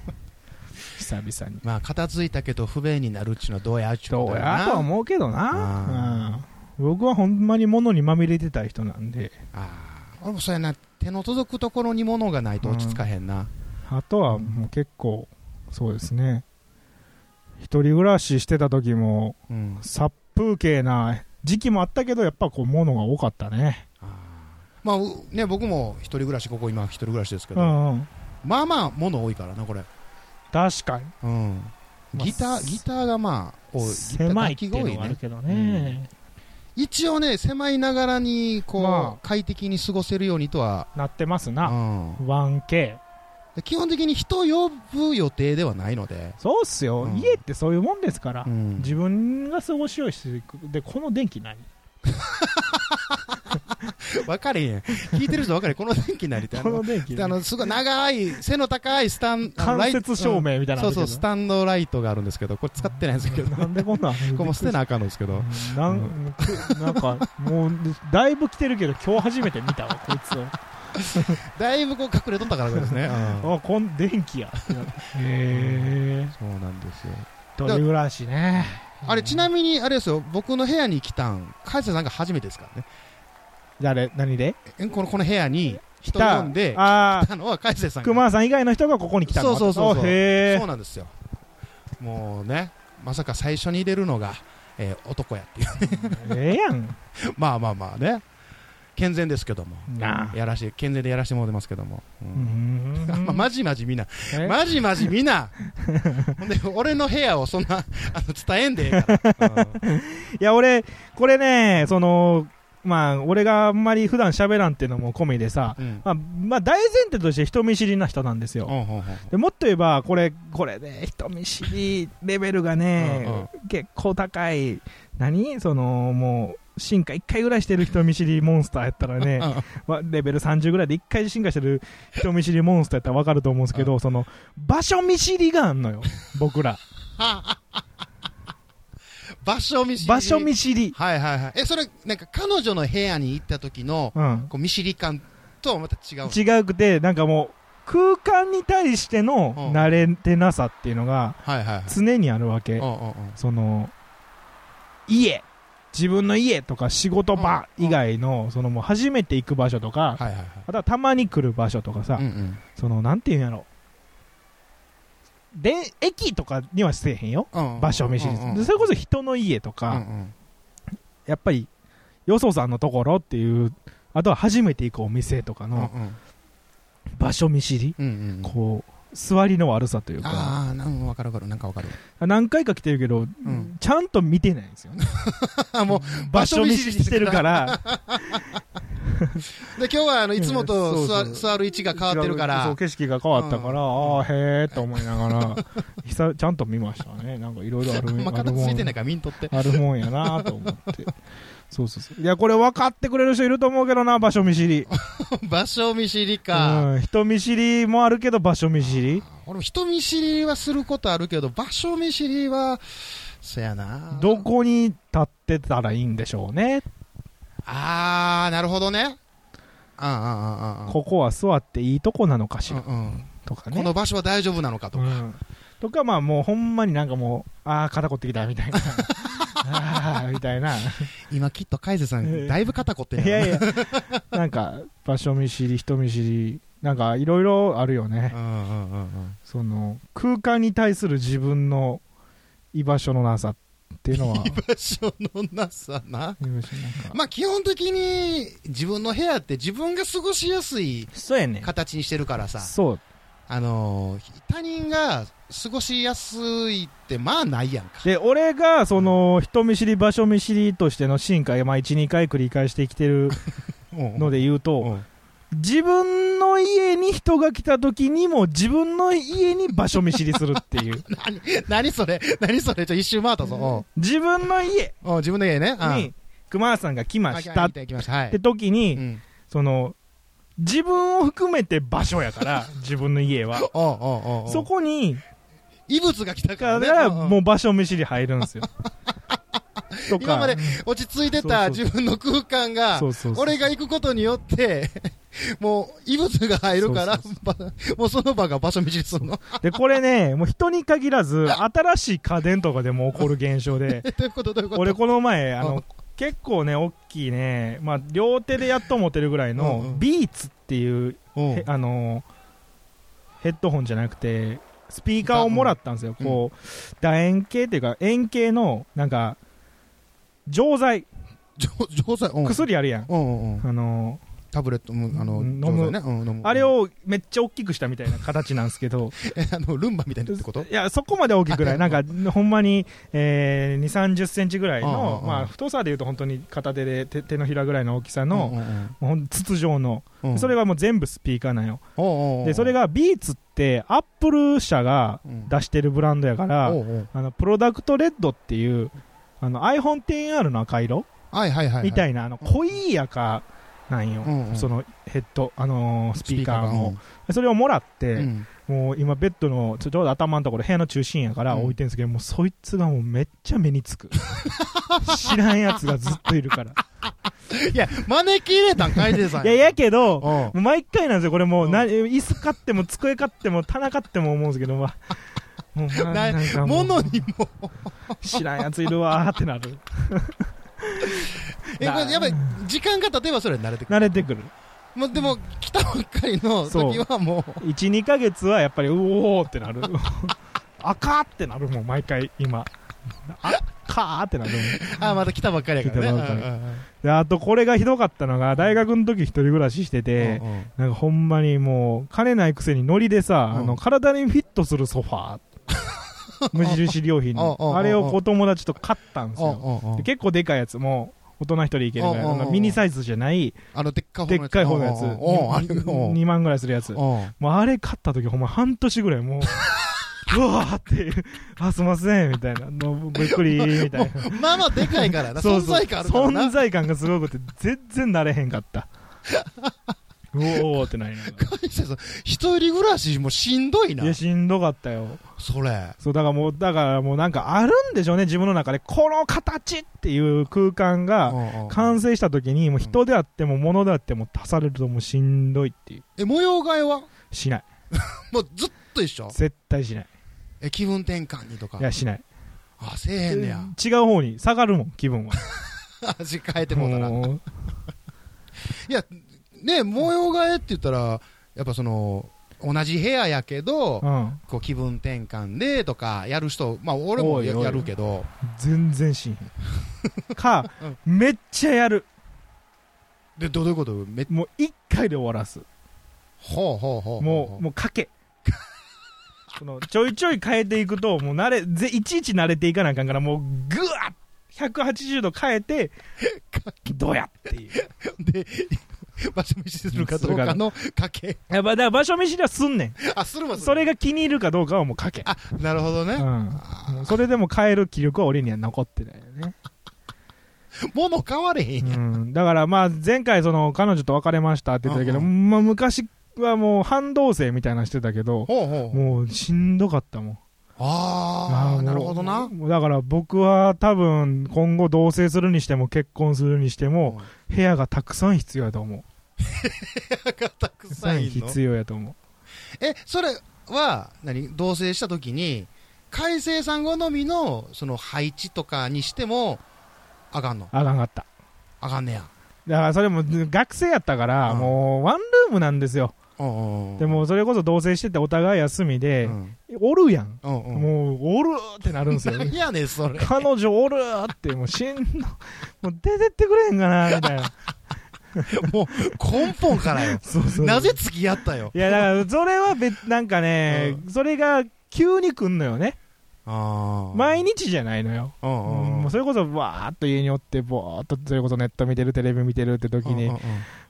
Speaker 2: 久々に。
Speaker 3: まあ片付いたけど不便になるっちゅうのはどうやっちゅう
Speaker 2: ど
Speaker 3: こ
Speaker 2: う
Speaker 3: とや
Speaker 2: や
Speaker 3: な
Speaker 2: とは思うけどな。うん僕はほんまに物にまみれてた人なんで、
Speaker 3: ああ俺もそうやな手の届くところに物がないと落ち着かへんな
Speaker 2: あとはもう結構、そうですね。一人暮らししてた時も、
Speaker 3: うん
Speaker 2: 殺風景な時期もあったけど、やっぱこう物が多かったね。
Speaker 3: まあうね僕も一人暮らしここ今一人暮らしですけ
Speaker 2: う
Speaker 3: ど
Speaker 2: んうん。
Speaker 3: まあまあ物多いからなこれ
Speaker 2: 確かに
Speaker 3: うん
Speaker 2: まあ
Speaker 3: ギターギターがまあ多いギター楽器が多いね
Speaker 2: けど
Speaker 3: 一応ね、狭いながらに、こう、
Speaker 2: ま
Speaker 3: 快適に過ごせるようにとは、
Speaker 2: なってます
Speaker 3: う
Speaker 2: な。
Speaker 3: ん、
Speaker 2: 1K。
Speaker 3: で基本的に人を呼ぶ予定ではないので、
Speaker 2: そうっすよ、
Speaker 3: うん
Speaker 2: 家ってそういうもんですから、
Speaker 3: うん
Speaker 2: 自分が過ごしようしてでこの電気ない
Speaker 3: 分かれへん。聞いてる人分かれへん。この電気になりた い。
Speaker 2: この電気
Speaker 3: であの、すごい長い、背の高いスタン、あのラ
Speaker 2: 間
Speaker 3: イ
Speaker 2: 接照明みた
Speaker 3: う
Speaker 2: いな
Speaker 3: んそ
Speaker 2: のある
Speaker 3: う
Speaker 2: け
Speaker 3: そ
Speaker 2: ど
Speaker 3: う、スタンドライトがあるんですけど、これ使ってないんですけど、こ
Speaker 2: なんでこんなん
Speaker 3: れも捨てなあかんのですけど、
Speaker 2: なんなんかもうだいぶ来てるけど今日初めて見たわこいつを
Speaker 3: だいぶこう隠れとったからですね。うん
Speaker 2: あこん電気やってなってへえ
Speaker 3: そうなんですよ。
Speaker 2: 一人暮らしね
Speaker 3: あれ、ちなみに、あれですよ、僕の部屋に来たん、カイセさんが初めてですからね。
Speaker 2: 誰何で
Speaker 3: えこのこの部屋に人呼んで、
Speaker 2: あ
Speaker 3: 来たのはカイセさ
Speaker 2: あ
Speaker 3: んが。
Speaker 2: 熊さん以外の人がここに来たの
Speaker 3: そうそうそうそう
Speaker 2: あへ
Speaker 3: そ
Speaker 2: え
Speaker 3: うなんですよ。もうね、まさか最初に入れるのが、えー男やっていう。
Speaker 2: ええやん
Speaker 3: まあまあまあね。健全ですけども。
Speaker 2: なあ
Speaker 3: やらして、健全でやらしてもらってますけども。う
Speaker 2: うんん
Speaker 3: まあ まじまじみんな。
Speaker 2: え
Speaker 3: まじまじみ んな。ほんで、俺の部屋をそんな、あの、伝えんでええ から。うん
Speaker 2: いや、俺、これね、その、まあ、俺があんまり普段喋らんっていうのも込みでさ、
Speaker 3: うん。
Speaker 2: まあ、まあ、大前提として人見知りな人なんです
Speaker 3: う
Speaker 2: よ。
Speaker 3: んうんうん
Speaker 2: でもっと言えば、これ、これね、人見知りレベルがね、
Speaker 3: う
Speaker 2: 結構高い、何その、もう、進化1回ぐらいしてる人見知りモンスターやったらね、
Speaker 3: うん
Speaker 2: わレベル30ぐらいで1回進化してる人見知りモンスターやったらわかると思うんですけど、その、場所見知りがあん のよ、僕ら。
Speaker 3: 場所見知り。
Speaker 2: 場所見知り。
Speaker 3: はいはいはい。え、それ、なんか彼女の部屋に行った時の、
Speaker 2: うん。
Speaker 3: こう見知り感とはまた違う。
Speaker 2: 違うくて、なんかもう、空間に対しての
Speaker 3: うん
Speaker 2: 慣れてなさっていうのが
Speaker 3: はいはいはい。
Speaker 2: 常にあるわ
Speaker 3: う
Speaker 2: け
Speaker 3: ん。うんうん。
Speaker 2: その、家、自分の家とか仕事場
Speaker 3: うん
Speaker 2: 以外の、そのもう初めて行く場所とか、
Speaker 3: はいはいはい。
Speaker 2: あとはたまに来る場所とかさ
Speaker 3: うん、うん。
Speaker 2: その、なんていうんやろ。で、駅とかにはせえへんよ。
Speaker 3: うんうん
Speaker 2: 場所見知り
Speaker 3: うんうん。
Speaker 2: でそれこそ人の家と
Speaker 3: うんう
Speaker 2: か、
Speaker 3: ん
Speaker 2: やっぱり、よそさんのところっていう、あとは初めて行くお店とか
Speaker 3: うん
Speaker 2: の場所見知り
Speaker 3: うんうんうん。
Speaker 2: こう、座りの悪さというか、
Speaker 3: ああ、なんかわかるわかる。なんかわかる。
Speaker 2: 何回か来てるけど、
Speaker 3: ん
Speaker 2: ちゃんと見てないんですよね。
Speaker 3: あ、 もう、
Speaker 2: 場所見知りしてるから、
Speaker 3: で、今日は、あの、いつも
Speaker 2: う
Speaker 3: と
Speaker 2: ん
Speaker 3: 座
Speaker 2: そうそう
Speaker 3: 座る位置が変わってるか
Speaker 2: そう、
Speaker 3: ら、
Speaker 2: 景色が変わったから、ああ、へえと思いながら、久々ちゃんと見ましたね。なんかいろいろある、
Speaker 3: まあ、
Speaker 2: ある
Speaker 3: 片
Speaker 2: も
Speaker 3: 付いてなんい、から見んとって。
Speaker 2: あるもんやなと思って。そうそうそう。いや、これ分かってくれる人いると思うけどな、場所見知り。
Speaker 3: 場所見知りか。
Speaker 2: うん、人見知りもあるけど、場所見知り。
Speaker 3: 俺も人見知りはすることあるけど、場所見知りは、そやな。
Speaker 2: どこに立ってたらいいんでしょうね。
Speaker 3: あー、なるほどね。ああ、ああ、ああ。
Speaker 2: ここは座っていいとこなのかし
Speaker 3: うん
Speaker 2: ら、
Speaker 3: うん。
Speaker 2: とかね。
Speaker 3: この場所は大丈夫なのかと
Speaker 2: う
Speaker 3: か。
Speaker 2: んとかまあもうほんまになんかもうああ肩凝ってきたみたい なああみたいない
Speaker 3: 今きっとカイゼさ
Speaker 2: ええ
Speaker 3: ん、だいぶ肩こってん
Speaker 2: や
Speaker 3: や
Speaker 2: いやなんか場所見知り人見知りなんかいろいろあるよね
Speaker 3: ろうんうんうん うん。
Speaker 2: その空間に対する自分の居場所のなさっていうの は
Speaker 3: 場所のなさな。
Speaker 2: なんか
Speaker 3: まあ基本的に自分の部屋って自分が過ごしやすい
Speaker 2: そうやね
Speaker 3: 形にしてるからさ、
Speaker 2: そう
Speaker 3: あのー他人が過ごしやすいってまあないやんか。
Speaker 2: で俺がその人見知り場所見知りとしての進化まあ12回繰り返してきてるの
Speaker 3: の
Speaker 2: で言うと、自分の家に人が来た時にも自分の家に場所見知りするって いう
Speaker 3: 何、何それ 何それちょ、一周回ったぞ。
Speaker 2: 自分の家
Speaker 3: おうおう自分の家ね。
Speaker 2: に熊さんが来
Speaker 3: うん、
Speaker 2: ま
Speaker 3: あ
Speaker 2: し
Speaker 3: 来
Speaker 2: た
Speaker 3: ま
Speaker 2: っ
Speaker 3: した。来ました。はい
Speaker 2: て。時に、
Speaker 3: うん
Speaker 2: その自分を含めて場所やから 自分の家は
Speaker 3: おうおうおうおう
Speaker 2: そこに
Speaker 3: 異物が来たか
Speaker 2: から
Speaker 3: ね。
Speaker 2: ら
Speaker 3: んん
Speaker 2: もう場所見知り入るん ですよとか
Speaker 3: 今まで落ち着いてた
Speaker 2: そうそ
Speaker 3: 自分の空間が
Speaker 2: そう、そうそう
Speaker 3: 俺が行くことによって、 もう異物が入るから
Speaker 2: そう、
Speaker 3: ば もうその場が場所道にすんの。
Speaker 2: でこれねもう人に限らず新しい家電とかでも起こる現 象で
Speaker 3: えどういうことどういうこと
Speaker 2: 俺この前あ
Speaker 3: う
Speaker 2: の
Speaker 3: ん
Speaker 2: 結構ね大きいね、まあ、両手でやっと持てるぐらいの
Speaker 3: うんうん
Speaker 2: ビーツっていう、
Speaker 3: うん
Speaker 2: へあのヘッドホンじゃなくてスピーカーをもらったんですよ、
Speaker 3: うん
Speaker 2: こう楕円形っていうか円形のなんか錠剤
Speaker 3: じょ錠剤、うん
Speaker 2: 薬あるやん、
Speaker 3: うんうんうん
Speaker 2: あの
Speaker 3: タブレット、うん、あの、
Speaker 2: うん
Speaker 3: 上手だよね、うん、飲む
Speaker 2: あれ、をめっちゃ大きくしたみたいな形なんですけど、
Speaker 3: えあの、ルンバみたいなってこと
Speaker 2: いや、そこまで大きくない、 なんか、ほんまに、えー、2、30センチぐらいの
Speaker 3: う、んうんうん
Speaker 2: まあ、太さでいうと、本当に片手で手手のひらぐらいの大きさの、
Speaker 3: うんうん
Speaker 2: もうほん筒状の、
Speaker 3: うんうん
Speaker 2: それがもう全部スピーカーなんよ。
Speaker 3: おうおうおう
Speaker 2: で、それが、ビーツって、アップル社が
Speaker 3: うん
Speaker 2: 出してるブランドやから、
Speaker 3: おうおう
Speaker 2: あのプロダクトレッドっていう、あの iPhone XR の赤色
Speaker 3: はいはいはいはい。
Speaker 2: みた
Speaker 3: い
Speaker 2: いな、あの濃い赤なんよ、
Speaker 3: うんうん
Speaker 2: そのヘッド、あのース
Speaker 3: ス
Speaker 2: ピ
Speaker 3: ピ
Speaker 2: ー
Speaker 3: ーカ
Speaker 2: カ
Speaker 3: ー
Speaker 2: ーも
Speaker 3: も。。
Speaker 2: それをもらって、
Speaker 3: うん
Speaker 2: もう今ベッドのちょちょうど頭のところ部屋の中心やから
Speaker 3: うん
Speaker 2: 置いてるんですけど、もうそいつがもうめっちゃ目につ く知らんやつがずっといるから
Speaker 3: いや、招き入れたん、海星さ
Speaker 2: い
Speaker 3: ん。
Speaker 2: ややけども
Speaker 3: うん
Speaker 2: う毎回なんですよこれもう、
Speaker 3: うん
Speaker 2: な椅子買っても机買っても棚買っても思うんですけど まあもうな
Speaker 3: な
Speaker 2: なんかもう
Speaker 3: 物にも、
Speaker 2: 知らんやついるわーってなる
Speaker 3: え、これやっぱり時間が例えばそれ慣れてくる。
Speaker 2: 慣れてくる
Speaker 3: もうでも、来たばっかりの
Speaker 2: そう
Speaker 3: 時はもう、
Speaker 2: 12ヶ月はやっぱりうおーってなる赤ってなるもん毎回今赤ーってなるもん
Speaker 3: あ、また来たばっかりやからね。
Speaker 2: 来たばっかり
Speaker 3: うんうんうん
Speaker 2: であとこれがひどかったのが大学の時一人暮らししてて、
Speaker 3: うんうん
Speaker 2: なんかほんまにもう、金ないくせにノリでさ、
Speaker 3: うん
Speaker 2: あの、体にフィットするソファー。無印良品の
Speaker 3: うんうんうん。うん
Speaker 2: あれをこう友達と買ったんです
Speaker 3: おう
Speaker 2: よ。
Speaker 3: おうおう
Speaker 2: で結構でかいやつも、大人一人いけるぐらい
Speaker 3: う
Speaker 2: の、
Speaker 3: んうんうん
Speaker 2: なんかミニサイズじゃない、
Speaker 3: あの、でっかい方の
Speaker 2: で
Speaker 3: やつ。
Speaker 2: っかい方のやつ。
Speaker 3: おうおうおうあれおう
Speaker 2: 2万ぐらいするやつ。も
Speaker 3: おう
Speaker 2: うあれ買った時ほんま半年ぐらい もう、うわーっていう、あ、すいません、みたいな。のごゆっくり、みたいな。
Speaker 3: まあまあでかいからな。
Speaker 2: そう
Speaker 3: 存
Speaker 2: そう
Speaker 3: 在感あるからな。
Speaker 2: 存在感がすごくて、全然慣れへんか った。うおーってなりながら。
Speaker 3: 海星さん一人暮らしもしんどいな。
Speaker 2: いや、しんどかったよ。
Speaker 3: それ。
Speaker 2: そう、だからもう、だからもうなんかあるんでしょうね、自分の中で。この形っていう空間が、完
Speaker 3: 関
Speaker 2: 成した時に、もう人であっても物であっても足されるともうしんどいっていう。
Speaker 3: え、模様替えは
Speaker 2: しない。
Speaker 3: もうずっと一緒
Speaker 2: 絶対しない。
Speaker 3: え、気分転換にとか
Speaker 2: い。や、しない。
Speaker 3: あ、せえへんねや。
Speaker 2: 違う方に下がるもん、気分は。
Speaker 3: 味変えてもうたら。
Speaker 2: もう
Speaker 3: ね、模様替えって言ったら、やっぱその、同じ部屋やけど
Speaker 2: う、ん。
Speaker 3: こう気分転換でとか、やる人、まあ俺も
Speaker 2: お
Speaker 3: や
Speaker 2: いおい
Speaker 3: やるけど、
Speaker 2: 全然しんへ ん。か、めっちゃやる。
Speaker 3: で、どどういうことめ
Speaker 2: もう一回で終わらす。
Speaker 3: ほうほうほう。
Speaker 2: もう、もう賭 け。そのちょいちょい変えていくと、もう慣れ、ぜいちいち慣れていかなあかんから、もうぐわっ180度変えて、どうやっていう。
Speaker 3: う。で、 場所見せするかどうかの賭け。
Speaker 2: やっぱ、だから場所見知りはすんね
Speaker 3: あ、するも
Speaker 2: ん。それ。が気に入るかどうかはもう賭け。
Speaker 3: あ、なるほどね。
Speaker 2: うん。
Speaker 3: あ
Speaker 2: それでも変える気力は俺には残ってないよね。
Speaker 3: 物変われへ
Speaker 2: うん
Speaker 3: やん。
Speaker 2: ん。だからまあ、前回その、彼女と別れましたって言ってたけど、
Speaker 3: う
Speaker 2: まあ昔はもう半同棲みたいなのしてたけど、
Speaker 3: ほうほう。
Speaker 2: もうしんどかったもん。
Speaker 3: あ
Speaker 2: ー
Speaker 3: あ、なるほど な。
Speaker 2: もうだから僕は多分今後同棲するにしても結婚するにしても部屋がたくさん必要やと思う。
Speaker 3: たく
Speaker 2: たく
Speaker 3: さ
Speaker 2: さ
Speaker 3: ん
Speaker 2: ん
Speaker 3: いんの
Speaker 2: 必要やと思う。
Speaker 3: え、それは、何同棲した時に、海星さん好みの、その配置とかにしても、あかんの
Speaker 2: あかんかった。
Speaker 3: あかんねや。
Speaker 2: だからそれも学生やったから
Speaker 3: うん
Speaker 2: もうワンルームなんですよ。
Speaker 3: うんうん
Speaker 2: で、もそれこそ同棲しててお互い休み
Speaker 3: う
Speaker 2: で、
Speaker 3: ん。
Speaker 2: おるやん。
Speaker 3: うんうん。
Speaker 2: もうおるってなるんですよ
Speaker 3: 何
Speaker 2: ね。
Speaker 3: やねん、それ。
Speaker 2: 彼女おるってもうしんど、もう出てってくれへんかなみたいな。。
Speaker 3: もう、根本からよ
Speaker 2: そうそう。
Speaker 3: なぜ付き合ったよ。
Speaker 2: いやだからそれは別、なんかね、それが急に来んのよね。
Speaker 3: ああ。
Speaker 2: 毎日じゃないのよ。
Speaker 3: うんう
Speaker 2: うん
Speaker 3: ん
Speaker 2: も
Speaker 3: う。
Speaker 2: うんそれこそわーっと家におってぼーっとそれこそネット見てるテレビ見てるって時
Speaker 3: うん
Speaker 2: に
Speaker 3: うんうん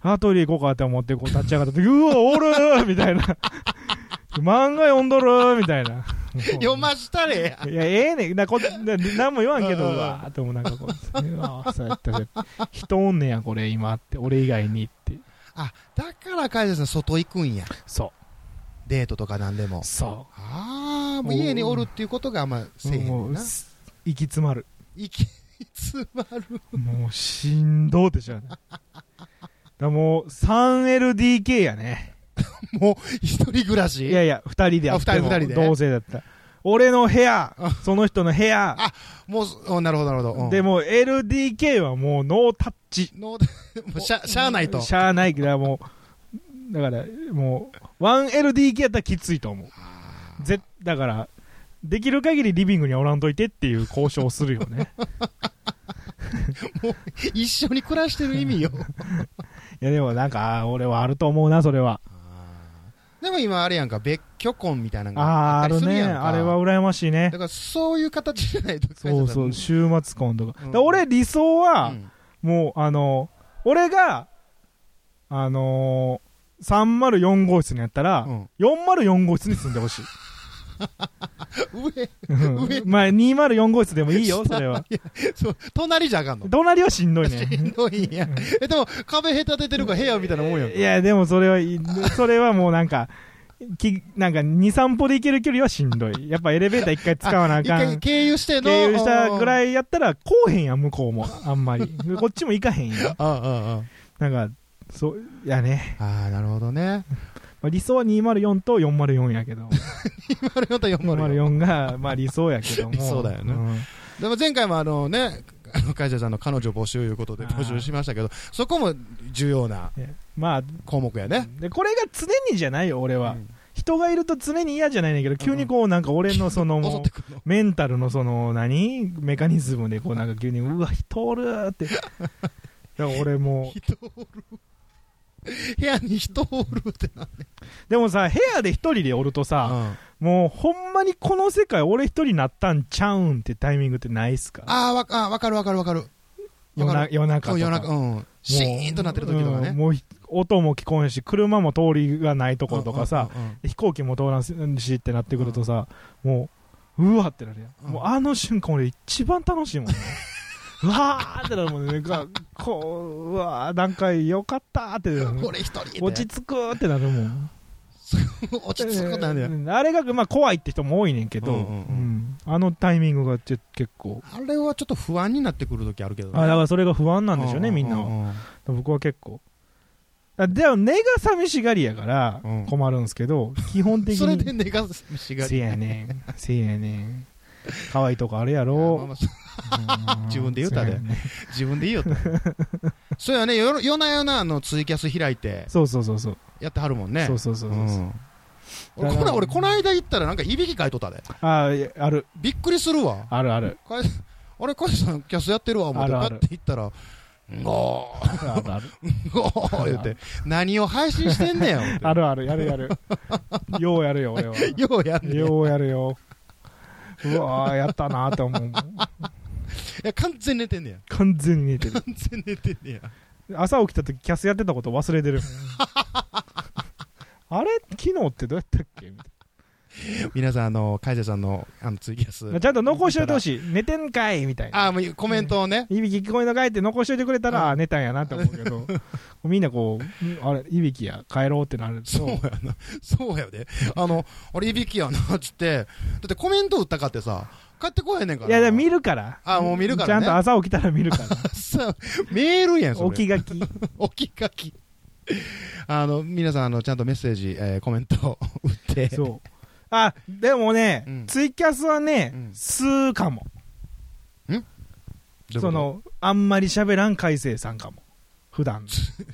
Speaker 2: あートイレ行こうかって思ってこう立ち上がった時うわおるーみたいな 漫画読んどるーみたい な
Speaker 3: 読ましたれや。
Speaker 2: いやええねんなこな何も言わんけど
Speaker 3: うんうん
Speaker 2: うわーってもう なんかこううわーそうやってそうやって人おんねやこれ今って俺以外にって
Speaker 3: あ、だから海星さん外行くんや。
Speaker 2: そ
Speaker 3: デートとかなんでも
Speaker 2: う。そ
Speaker 3: ああ、もう家におるっていうことがあんま
Speaker 2: う
Speaker 3: せえへんね
Speaker 2: も
Speaker 3: ん
Speaker 2: う
Speaker 3: な。
Speaker 2: す行き詰まる
Speaker 3: 行き詰まる。
Speaker 2: もうしんどうてしゃあないだからもう 3LDK やね
Speaker 3: もう、一人暮らし
Speaker 2: いやいや、二人でやっても
Speaker 3: あ二人二人で
Speaker 2: 同棲だった。俺の部屋、その人の部屋、
Speaker 3: もうお、なるほど、なるほど。うん
Speaker 2: で、も LDK はもうノータッチ。
Speaker 3: のもう しゃ、しゃあないと。
Speaker 2: しゃあないけど、もう、だから、もう、1LDK やったらきついと思う。ぜだから、できる限りリビングにおらんといてっていう交渉をする よね。
Speaker 3: 一緒に暮らしてる意味よ。
Speaker 2: やでもなんか、あー俺はあると思うな、それは。
Speaker 3: でも今あれやんか、別居婚みたいなの
Speaker 2: ああー、
Speaker 3: があ
Speaker 2: あ
Speaker 3: った
Speaker 2: る
Speaker 3: りする
Speaker 2: ね。
Speaker 3: やんか。
Speaker 2: あれは羨ましいね
Speaker 3: だ。からそういう形じゃないと
Speaker 2: そうそう、
Speaker 3: う
Speaker 2: 週末婚とか。
Speaker 3: うん
Speaker 2: だ俺、理想は、
Speaker 3: ん
Speaker 2: もう、あの、俺が、あのー、304号室にやったら、
Speaker 3: うん
Speaker 2: 404号室に住んでほしい。
Speaker 3: 上、
Speaker 2: うんまあ、204号室でもいいよ、それは。
Speaker 3: そう、隣じゃあかんの。
Speaker 2: 隣はしんどいね
Speaker 3: し。んどいんや。え、でも壁隔ててるから部屋みたいなもんやん か
Speaker 2: いや、でもそれはい、それはもうなんか、きなんか2、3歩で行ける距離はしんどい。やっぱエレベーター1回使わなあ
Speaker 3: 一
Speaker 2: か
Speaker 3: 回
Speaker 2: ん。
Speaker 3: 経由しての。
Speaker 2: 経由したぐ
Speaker 3: い。
Speaker 2: らいやったら、こうへんやん、向こうも。あんまり。こっちも行かへんやん。
Speaker 3: ああ、ああ、
Speaker 2: なんか、そう、いやね。
Speaker 3: ああ、なるほどね。
Speaker 2: まあ、理想は204と404やけど。
Speaker 3: あれまた4 0
Speaker 2: 404が、まあ理想やけど も。
Speaker 3: 理想だよね
Speaker 2: ん
Speaker 3: でも前回もあのね、あの会社さんの彼女募集いうことで募集しましたけど、そこも重要な
Speaker 2: まあ、
Speaker 3: 項目やね。
Speaker 2: で、これが常にじゃないよ、俺は。
Speaker 3: うん
Speaker 2: 人がいると常に嫌じゃないねんだけど、急にこう、なんか俺のその、
Speaker 3: 襲ってくるの。
Speaker 2: メンタルのその何メカニズムでこうなんか急にうわ人おるー ってだから俺もう
Speaker 3: 人おる。部屋に人おるってな。
Speaker 2: でもさ部屋で一人でおるとさ、
Speaker 3: あ
Speaker 2: もうほんまにこの世界俺一人になったんちゃうんってタイミングってないっすか
Speaker 3: あー、わかあーわかるわかるわかる。
Speaker 2: 夜な
Speaker 3: わかる
Speaker 2: 夜中と
Speaker 3: そ
Speaker 2: か
Speaker 3: う夜中、うん。シーンとなってる時とか
Speaker 2: う
Speaker 3: ね
Speaker 2: ん。もうひ音も聞こえんし車も通りがないところとかさ、
Speaker 3: うんうんうんうん、
Speaker 2: 飛行機も通らんしってなってくるとさ、もううわってなるやん、
Speaker 3: うん
Speaker 2: もうあの瞬間俺一番楽しいもん ねうわーってなるもんねなんかこううわーなんかよかったーってなる
Speaker 3: 俺一人で
Speaker 2: 落ち着くーってなるもん
Speaker 3: 落ち着くなんだよ、
Speaker 2: うんあれが、まあ、怖いって人も多いねんけど、
Speaker 3: うんうんうん
Speaker 2: うんあのタイミングがちょ結構
Speaker 3: あれはちょっと不安になってくる時あるけどね
Speaker 2: あだからそれが不安なんでしょうね、
Speaker 3: う
Speaker 2: みんなは
Speaker 3: は
Speaker 2: 僕は結構あでも根が寂しがりやから
Speaker 3: うん
Speaker 2: 困るんですけど、基本的に
Speaker 3: それで寝かしが
Speaker 2: せ
Speaker 3: り
Speaker 2: やねん。せやねん。可愛いとこあるや
Speaker 3: まあ
Speaker 2: ろ。
Speaker 3: まあそう
Speaker 2: うん
Speaker 3: 自分で言うたで
Speaker 2: せやねん
Speaker 3: 自分でいいよとそうやね夜夜な夜なあのツイキャス開いて
Speaker 2: そうそうそうそう。
Speaker 3: やってはるもんね
Speaker 2: そうそうそうそううそう。
Speaker 3: ん俺こ
Speaker 2: だから
Speaker 3: ら俺この間行ったらなんかいびきかいとったで
Speaker 2: ああ、いやある、
Speaker 3: びっくりするわ
Speaker 2: あるある。
Speaker 3: これあれ小西さんキャスやってるわ思っ
Speaker 2: ある
Speaker 3: てパ
Speaker 2: ある
Speaker 3: ッて行ったら「ゴー
Speaker 2: あるあるある。
Speaker 3: ゴー」言うて何を配信してんねんよ
Speaker 2: あるある、やるやる。ようやるよ、俺は。
Speaker 3: ようやんねん
Speaker 2: ようやるよ。うわーやったなーって思う。
Speaker 3: いや完全に寝てんねや
Speaker 2: 完全に寝てる。
Speaker 3: 完全に寝てんねや
Speaker 2: 朝起きた時キャスやってたこと忘れ てる。あれ昨日ってどうやったっけみたい
Speaker 3: 皆さん、あの、カイジャさんの、あの、ツイキャス。
Speaker 2: なちゃんと残しといてほしい。寝てんかいみたいな。
Speaker 3: ああ、もうコメントをね。
Speaker 2: いびき聞こえのかいって残しといてくれたら、あ寝たんやなと思うけ ど、みんなこう、んあれ、いびきや、帰ろうってなると、
Speaker 3: そうやな。そうやで。あの、俺、いびきやな、つって。だってコメント打ったかってさ、帰ってこへんねんから。
Speaker 2: いや、でも見るから。
Speaker 3: あもう見るからね
Speaker 2: ちゃんと朝起きたら見 るから。
Speaker 3: さ、メールやん、そ
Speaker 2: 起
Speaker 3: れ。
Speaker 2: きがき。
Speaker 3: 起き書き。あの、皆さん、あの、ちゃんとメッセージ、えーコメントを打って。
Speaker 2: そう。あ、でもね、
Speaker 3: うん
Speaker 2: ツイキャスはね、
Speaker 3: うん
Speaker 2: すーかも。
Speaker 3: どういうこと
Speaker 2: そ、の、あんまり喋らん海星さんかも。普段。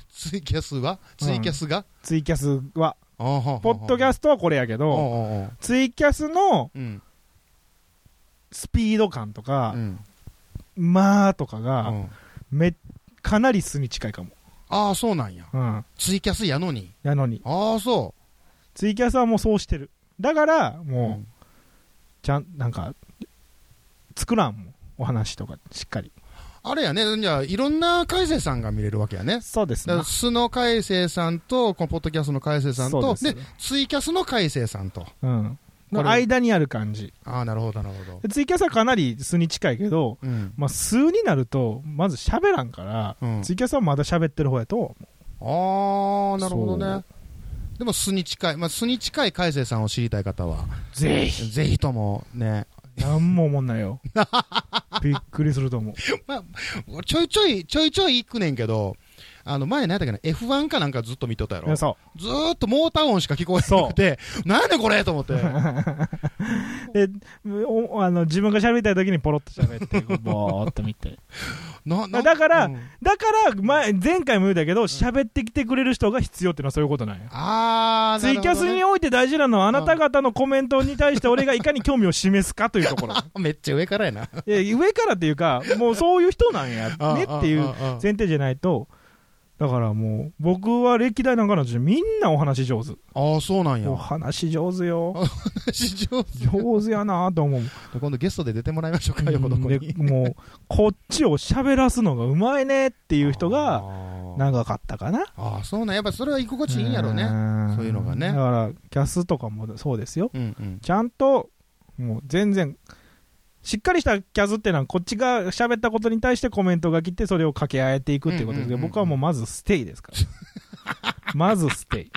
Speaker 3: ツイキャスはツイキャスが、
Speaker 2: ツイキャスは。ポ
Speaker 3: ポ
Speaker 2: ッドキャ
Speaker 3: ス
Speaker 2: ストはこれやけど、
Speaker 3: ト
Speaker 2: ツイキャスの
Speaker 3: うん。
Speaker 2: スピード感と
Speaker 3: う
Speaker 2: か、
Speaker 3: ん。
Speaker 2: まあとか
Speaker 3: あ、う
Speaker 2: が、
Speaker 3: ん、
Speaker 2: め、かなり素に近いかも。
Speaker 3: あー、そうなんや。
Speaker 2: うん。
Speaker 3: ツイキャスやのに。
Speaker 2: やのに。
Speaker 3: ああ、そ
Speaker 2: ツイキャスはもうそうしてる。だから、
Speaker 3: う。
Speaker 2: もう、ちゃん、なんか、作らんもん。お話とか、しっかり。
Speaker 3: あれやね、じゃあ、いろんな海星さんが見れるわけやね。
Speaker 2: そうです
Speaker 3: だから素の海星さんと、このポッドキャストの海星さん
Speaker 2: そう
Speaker 3: と、
Speaker 2: です
Speaker 3: でツイキャスの海星さんと。
Speaker 2: うん。
Speaker 3: これ
Speaker 2: の間にある感じ。
Speaker 3: ああ、なるほど、なるほど。
Speaker 2: でツイキャスはかなり素に近いけど、
Speaker 3: うん。
Speaker 2: まあ、素になると、まず喋らんから、
Speaker 3: うん、あ
Speaker 2: ツイキャスはまだ喋ってる方やと、
Speaker 3: あ、なるほど
Speaker 2: そ
Speaker 3: ね
Speaker 2: う。
Speaker 3: でも素に近い、まあ、素に近い海星さんを知りたい方は、
Speaker 2: ぜ ひ。
Speaker 3: ぜひともね、
Speaker 2: なんも思んない よ。びっくりすると思う。
Speaker 3: ちょいちょい、ちょいちょい行くねんけど、あの、前何やったっけな、F1 かなんかずっと見とったや
Speaker 2: い
Speaker 3: ろ
Speaker 2: や。そ
Speaker 3: ずーっとモーター音しか聞こえなくて、なんやねんこれと 思って。
Speaker 2: う。で、おあの自分が喋りたい時にポロッと喋 って、こうぼーっと見て。
Speaker 3: なな
Speaker 2: だから
Speaker 3: うん
Speaker 2: だから、前、前回も言うたけど、喋ってきてくれる人が必要っていうのはそういうことなんや。
Speaker 3: ああ、
Speaker 2: ツイキャスにおいて大事なのは、あなた方のコメントに対して俺がいかに興味を示すかというところ。
Speaker 3: めっちゃ上からやな。
Speaker 2: いや上からっていうか、もうそういう人なんや、ねっていう
Speaker 3: ああああああ
Speaker 2: 前提じゃないと、だからもう、僕は歴代なんかのうちみんなお話上手。
Speaker 3: ああ、そうなんや
Speaker 2: お。話上手よ。
Speaker 3: 市場
Speaker 2: 上手やなと思う。
Speaker 3: 今度ゲストで出てもらいましょうか、横どこ
Speaker 2: で
Speaker 3: に。
Speaker 2: もう、こっちを喋らすのがうまいねっていう人
Speaker 3: あ
Speaker 2: が
Speaker 3: ー
Speaker 2: 長かったかな。
Speaker 3: あー、そうなんや。っぱそれは居心地いいんやろうね。
Speaker 2: ん
Speaker 3: そういうのがね
Speaker 2: だから、キャスとかもそうですよ。
Speaker 3: うんうん。
Speaker 2: ちゃんと、もう全然、しっかりしたキャスっていうのは、こっちが喋ったことに対してコメントが来て、それを掛け合えていくっていうことですけど、
Speaker 3: うんうんうんうん
Speaker 2: 僕はもうまずステイです から。まずステイ。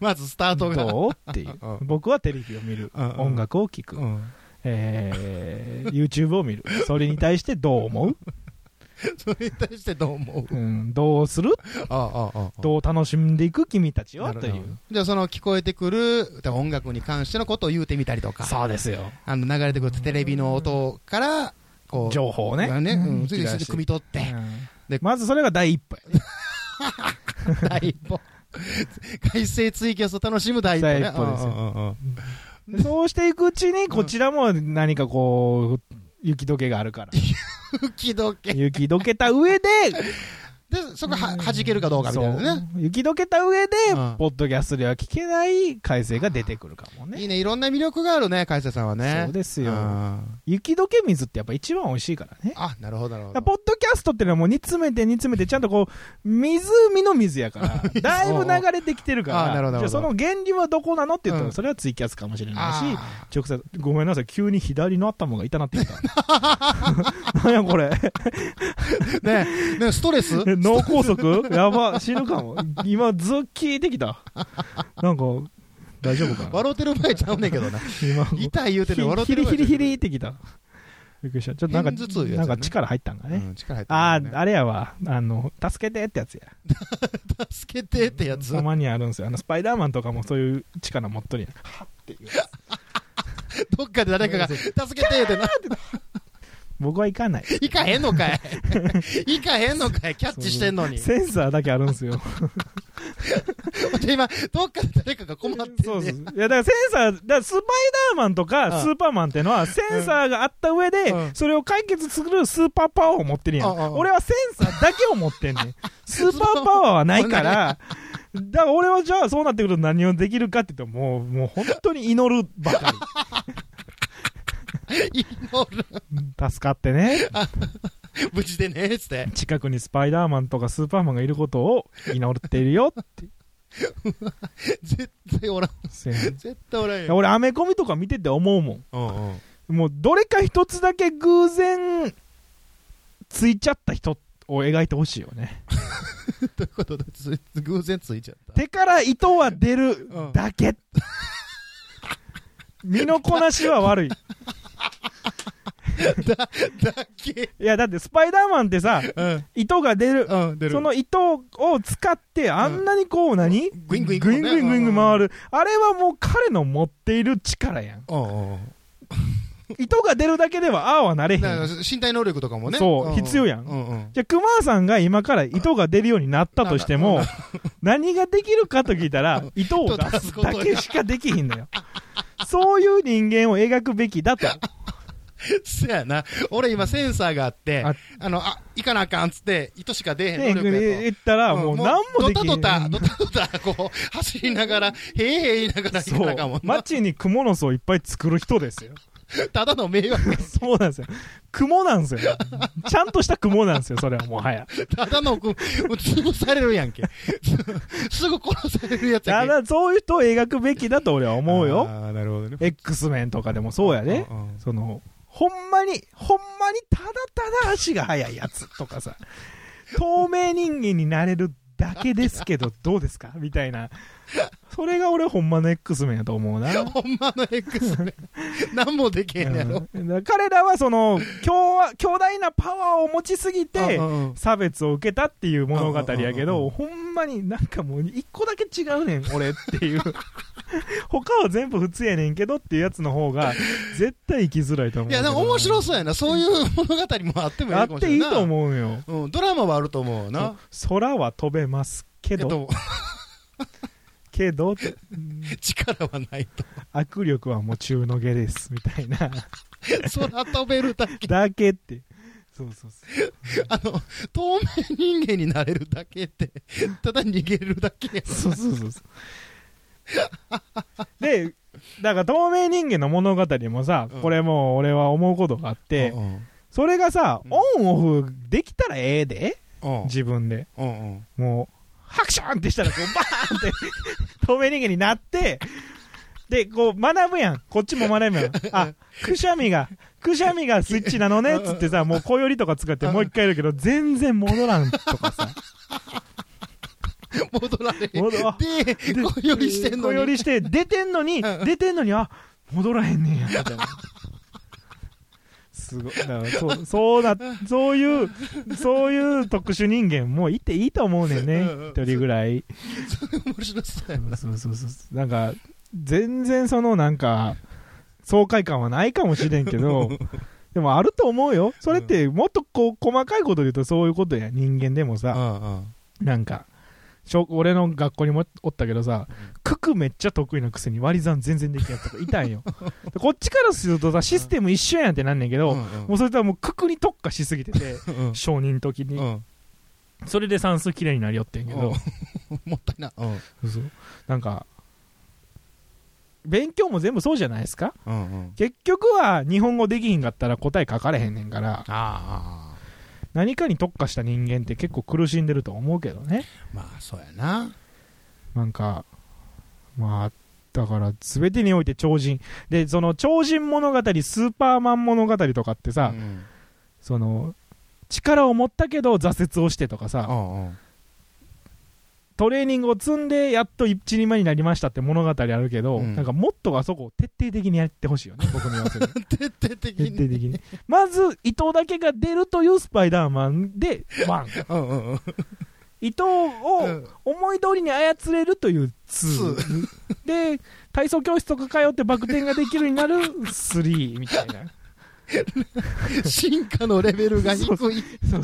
Speaker 3: まずスタートが。
Speaker 2: どうっていう
Speaker 3: うん。
Speaker 2: 僕はテレビを見る。
Speaker 3: うんうん
Speaker 2: 音楽を聴く。
Speaker 3: うん
Speaker 2: えー YouTube を見る。それに対してどう思う、
Speaker 3: それに対してどう思う
Speaker 2: うん、どうする
Speaker 3: ああ、ああ、ああ。
Speaker 2: どう楽しんでいく君たち
Speaker 3: な
Speaker 2: は
Speaker 3: る
Speaker 2: と
Speaker 3: ほ
Speaker 2: い
Speaker 3: ど
Speaker 2: う。
Speaker 3: じゃあその聞こえてくる多分音楽に関してのことを言うてみたりとか、
Speaker 2: そうですよ。
Speaker 3: あの流れてくるテレビの音から、こう、
Speaker 2: 情報をね。
Speaker 3: ね、うん、
Speaker 2: 引
Speaker 3: そ
Speaker 2: き
Speaker 3: れ
Speaker 2: 出
Speaker 3: で
Speaker 2: して
Speaker 3: 汲み取って、
Speaker 2: うん
Speaker 3: で
Speaker 2: まずそれが第一歩やね。
Speaker 3: 第一歩。改正ツイキャスを楽しむ第一歩ね。
Speaker 2: 第一歩ですよ
Speaker 3: うんうんうんうん
Speaker 2: でそうしていくうちに、こちらも何かこう、雪解けがあるから。
Speaker 3: 吹き解け。で、
Speaker 2: 雪解けた上で、
Speaker 3: そこは、弾けるかどうかみたいなね。
Speaker 2: そう雪解けた上で
Speaker 3: うん、
Speaker 2: ポッドキャストでは聞けない改正が出てくるかもね。
Speaker 3: いいね、いろんな魅力があるね、改正さんはね。
Speaker 2: そうですよ
Speaker 3: うん
Speaker 2: 雪解け水ってやっぱ一番美味しいからね。
Speaker 3: あ、なるほど、なるほ
Speaker 2: だからポ
Speaker 3: ど。
Speaker 2: ッドキャストってのはもう煮詰めて煮詰めてちゃんとこう湖の水や からだいぶ流れてきてるか
Speaker 3: あーなる
Speaker 2: ら
Speaker 3: ほど
Speaker 2: じゃあその原理はどこなのって言った
Speaker 3: う
Speaker 2: ら
Speaker 3: ん
Speaker 2: それはツイキャスかもしれないし
Speaker 3: あ
Speaker 2: 直接ごめんなさい急に左の頭が痛なってきたなんやこれ
Speaker 3: ーね、ね、ストレ ス
Speaker 2: え脳梗塞やば死ぬかも今ずっ聞いてきたなんか大丈夫かな
Speaker 3: 笑うてる場合ちゃうねんけどな。
Speaker 2: 今
Speaker 3: 痛い言うてね、笑う
Speaker 2: ヒ
Speaker 3: てる
Speaker 2: リ
Speaker 3: 場合
Speaker 2: ヒリヒ
Speaker 3: ちゃうねんけど
Speaker 2: リってきたびっくりしたちょっとなんか
Speaker 3: 片頭痛いうやつやね
Speaker 2: なんか力入ったんかね
Speaker 3: うん、力入ってる
Speaker 2: あ
Speaker 3: ね
Speaker 2: ああれやわあの助けてってやつや
Speaker 3: 助けてってやつ
Speaker 2: たまにあるんですよあのスパイダーマンとかもそういう力持っとるやん
Speaker 3: どっかで誰かが助けてってな
Speaker 2: 僕は行かない
Speaker 3: 行かへんのかい行かへんのかいキャッチしてんのに
Speaker 2: センサーだけあるんですよ
Speaker 3: 今どっかで誰かが困ってんね
Speaker 2: そうそういやだからセンサーだからスパイダーマンと
Speaker 3: うん
Speaker 2: かスーパーマンってのはセンサーがあった上で
Speaker 3: うん
Speaker 2: それを解決するスーパーパワーを持ってるや
Speaker 3: うんうん
Speaker 2: ん俺はセンサーだけを持ってんねんスーパーパワーはないからだから俺はじゃあそうなってくると何をできるかって言うともうもう本当に祈るばかり
Speaker 3: 祈る
Speaker 2: 助かってね
Speaker 3: 無事でねっつって
Speaker 2: 近くにスパイダーマンとかスーパーマンがいることを祈ってるよって。
Speaker 3: 絶対おらん
Speaker 2: せや い
Speaker 3: 絶対おらん
Speaker 2: や
Speaker 3: よ
Speaker 2: 俺、アメコミとか見てて思うも
Speaker 3: うんうん
Speaker 2: ん。もう、どれか一つだけ偶然、ついちゃった人を描いてほしいよね。
Speaker 3: ということでつ偶然ついちゃった
Speaker 2: 手から糸は出る
Speaker 3: うん
Speaker 2: だけ。身のこなしは悪い。
Speaker 3: だっけ
Speaker 2: いや、だってスパイダーマンってさ、
Speaker 3: うん
Speaker 2: 糸が出る。
Speaker 3: うん出る
Speaker 2: その糸を使って、あんなにこう何、
Speaker 3: グイングイン
Speaker 2: グイングイングイング回
Speaker 3: る
Speaker 2: る。あれはもう彼の持っている力やん。
Speaker 3: うんうん
Speaker 2: 糸が出るだけではああはなれへん。
Speaker 3: だから
Speaker 2: じ
Speaker 3: 身体能力とかもね
Speaker 2: そうん
Speaker 3: ん
Speaker 2: 必要やん
Speaker 3: うんうん
Speaker 2: ゃあ、クマさんが今から糸が出るようになったとして も、何ができるかと聞いたら、糸を出すだけしかできひんのよ。そういう人間を描くべきだと。
Speaker 3: そやな俺今センサーがあって
Speaker 2: あ
Speaker 3: あのあ行かなあかんっつって糸し か出えへん
Speaker 2: ね、
Speaker 3: 能力やと
Speaker 2: 言ったら、もう何もでき
Speaker 3: ドタ
Speaker 2: ん。
Speaker 3: ドタ、ドタドタ、こう、走りながら、へえへえ言いながら行か
Speaker 2: そ
Speaker 3: なあかんも。
Speaker 2: うん
Speaker 3: な。
Speaker 2: 街に蜘蛛の巣をいっぱい作る人ですよ。
Speaker 3: ただの迷惑、
Speaker 2: そうなんですよ。蜘蛛なんですよ。ちゃんとした蜘蛛なんですよ、それはもは や。
Speaker 3: ただの、もう潰されるやんけ。 すぐ殺されるやつや
Speaker 2: た
Speaker 3: んけ。
Speaker 2: だ、そういう人を描くべきだと俺は思うよ。
Speaker 3: ああ、なるほどね。
Speaker 2: X メンとかでもそうやで、
Speaker 3: うんうん
Speaker 2: そのほんまにほんまにただただ足が速いやつとかさ透明人間になれるだけです けどどうですかみたいなそれが俺ほんまの X メンやと思うな、うん
Speaker 3: ほんまの X ね。 何もできへんや
Speaker 2: だ
Speaker 3: ろ
Speaker 2: か。ら彼らはその強わ強大なパワーを持ちすぎて
Speaker 3: うんうんうん
Speaker 2: 差別を受けたっていう物語やけ
Speaker 3: うんうんうんう
Speaker 2: どほんまになんかもう一個だけ違うねん俺っていう 他は全部普通やねんけどっていうやつの方が絶対生きづらいと思う
Speaker 3: い
Speaker 2: い
Speaker 3: や、でも面白そうやな。そういう物語も あってもい
Speaker 2: あ
Speaker 3: い
Speaker 2: っ
Speaker 3: かもしてれ
Speaker 2: いい
Speaker 3: ない。
Speaker 2: と思うよ
Speaker 3: う。うん、ドラマはあると思うな。
Speaker 2: 空は飛べますけ
Speaker 3: け
Speaker 2: ど
Speaker 3: ど、
Speaker 2: けど って
Speaker 3: 力はないと。
Speaker 2: 握 力はもう中の下ですみたいな
Speaker 3: 空飛べるだけ。
Speaker 2: だけって
Speaker 4: そうそうそ
Speaker 3: あの、透明人間になれるだけって、ただ逃げるだけや。
Speaker 4: う。そうそうそう そう。
Speaker 2: で、だから透明人間の物語もさ、
Speaker 3: うん
Speaker 2: これもう俺は思うことがあって、
Speaker 3: うん
Speaker 2: それがさ、
Speaker 3: うん
Speaker 2: オンオフできたらええで、
Speaker 3: うん
Speaker 2: 自分で。
Speaker 3: うんうん
Speaker 2: もう、ハクションってしたら、こう、バーンって、 透明人間になって、で、こう、学ぶやん。こっちも学ぶやん。あ、くしゃみが、くしゃみがスイッチなのね、つってさ、もう、こよりとか使って、もう一回やるけど、全然戻らんとかさ。
Speaker 3: 戻られへん。
Speaker 2: 戻ら
Speaker 3: で、こよりしてんの
Speaker 2: こよ
Speaker 3: に。
Speaker 2: りして、出てんのに、出てんのに、あ、戻らへんねんや、みたいな。すごい。だからそう、そうな、そういう、そういう特殊人間もいていいと思うねんね
Speaker 3: うんうん。
Speaker 2: 一人ぐらい。
Speaker 3: 面白そうやな
Speaker 2: そうそうそうそうなんか全然そのなんか爽快感はないかもしれんけ どでもあると思うよそれってもっとこう細かいことで言うとそういうことや人間でもさ、
Speaker 3: うんうん
Speaker 2: なんか小俺の学校にもおったけどさ、九九めっちゃ得意なくせに割り算全然できなかった子いた んよでこっちからするとさシステム一緒やんってなんねんけど、
Speaker 3: うん
Speaker 2: もうそれとはもう九九に特化しすぎてて
Speaker 3: うん
Speaker 2: 承認時に、
Speaker 3: うん
Speaker 2: それで算数きれいになりよってんけ ど、
Speaker 3: うんもったいな。うん
Speaker 2: そうそうなんか勉強も全部そうじゃないですか
Speaker 3: うんうん
Speaker 2: 結局は日本語できひんかったら答え書かれへんねんから
Speaker 3: ああ。
Speaker 2: 何かに特化した人間って結構苦しんでると思うけどね
Speaker 3: まあ、そうやな。
Speaker 2: なんかまあだから全てにおいて超人でその超人物語スーパーマン物語とかってさ、
Speaker 3: うん
Speaker 2: その力を持ったけど挫折をしてとかさ、
Speaker 3: うんうん
Speaker 2: トレーニングを積んでやっと一人前になりましたって物語あるけど、
Speaker 3: うん
Speaker 2: なんかもっとあそこを徹底的にやってほしいよね僕に言わせる
Speaker 3: 徹底的
Speaker 2: 徹底
Speaker 3: に。
Speaker 2: 的に。まず、伊藤だけが出るというスパイダーマンで、ワン。
Speaker 3: うんうんうん
Speaker 2: 伊藤を思い通りに操れるというツー。で、体操教室とか通ってバク転ができるようになるスリーみたいな。
Speaker 3: 進化のレベルが低い。
Speaker 2: そうそ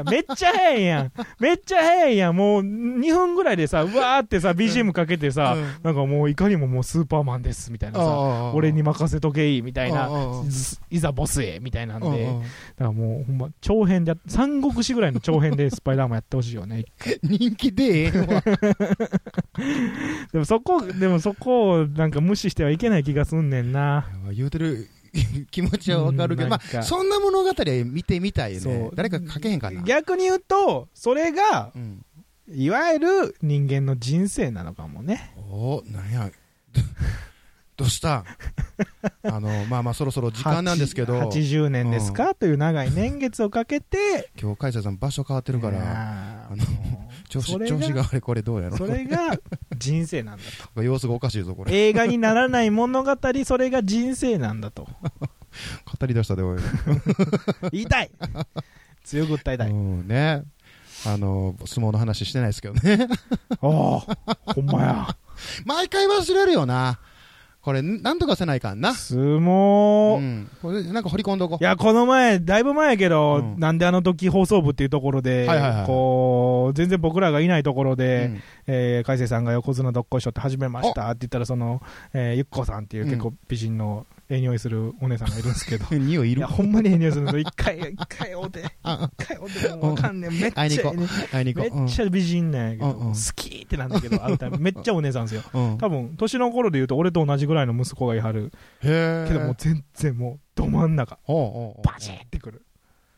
Speaker 2: う。めっちゃ早いやん。めっちゃ早いやん。もう2分ぐらいでさ、うわーってさ、BGM かけてさ、
Speaker 3: うん
Speaker 2: なんかもういかにももうスーパーマンですみたいなさ、俺に任せとけいみたいな
Speaker 3: うんうんうん、
Speaker 2: いざボスへみたいなん
Speaker 3: うん
Speaker 2: で
Speaker 3: う。ん
Speaker 2: だからもうほんま長編でやっ三国志ぐらいの長編でスパイダーマンやってほしいよね
Speaker 3: 人気でええわ。
Speaker 2: でもそこでもそこをなんか無視してはいけない気がすんねんな
Speaker 3: 言うてる気持ちはわかるけ
Speaker 2: うん
Speaker 3: ど、
Speaker 2: な
Speaker 3: ま
Speaker 2: んか
Speaker 3: あ、そんな物語見てみたい
Speaker 2: そ
Speaker 3: ね
Speaker 2: う。
Speaker 3: 誰か書けへんかな。
Speaker 2: 逆に言うとそれが
Speaker 3: うん
Speaker 2: いわゆる人間の人生なのかもね
Speaker 3: おおなんや。 どどうしたあの、まあまあ、そろそろ時間なんですけど、
Speaker 2: はち
Speaker 3: 今
Speaker 2: 80年ですか、という長い年月をかけて
Speaker 3: 日、カイサーさん場所変わってるから、
Speaker 2: あ
Speaker 3: あ
Speaker 2: ー
Speaker 3: の
Speaker 2: もう
Speaker 3: 調子
Speaker 2: それ
Speaker 3: 調
Speaker 2: が
Speaker 3: 子があれこれどうやろ
Speaker 2: それ が人生なんだと
Speaker 3: 様子がおかしいぞ、これ。
Speaker 2: 映画にならない物語それが人生なんだと
Speaker 3: 語り出したで、 おい。
Speaker 2: 言い たい強く訴えたい、
Speaker 3: うん、ね。あの、相撲の話してないですけどね。
Speaker 2: ああ、ほんまや。
Speaker 3: 毎回忘れるよな。これ、なんとかせないかんな。
Speaker 2: 相撲、
Speaker 3: う
Speaker 2: い
Speaker 3: ん。これ、なんか掘り込んどこう。
Speaker 2: や、この前、だいぶ前やけど、
Speaker 3: うん
Speaker 2: なんであの時放送部っていうところで、
Speaker 3: はいはいはい
Speaker 2: こう、全然僕らがいないところ
Speaker 3: う
Speaker 2: で、
Speaker 3: ん
Speaker 2: えー、海星さんが横綱どっこいしょって始めましたって言ったら、その、えー、ゆっこさんっていう結構美人の、ええ匂いするお姉さんがいるんですけど、
Speaker 3: 匂いい
Speaker 2: い
Speaker 3: る
Speaker 2: や、ほんまにええ匂いするんですよ。一回、一回おうて、一回おうて、もうわかんねん。めっちゃえ
Speaker 3: 会いに 行こ
Speaker 2: え
Speaker 3: う
Speaker 2: ね
Speaker 3: 会いに行
Speaker 2: め
Speaker 3: こう。
Speaker 2: っちゃ美人なんやけど、
Speaker 3: うんうん
Speaker 2: 好きってなんだけど、会うたびめっちゃお姉さんですよ。
Speaker 3: うん。うん
Speaker 2: 多分、年の頃で言うと、俺と同じぐらいの息子がいはる。
Speaker 3: へえ。
Speaker 2: けどもう全然もうど真ん中
Speaker 3: おうおうおう
Speaker 2: バチーってくる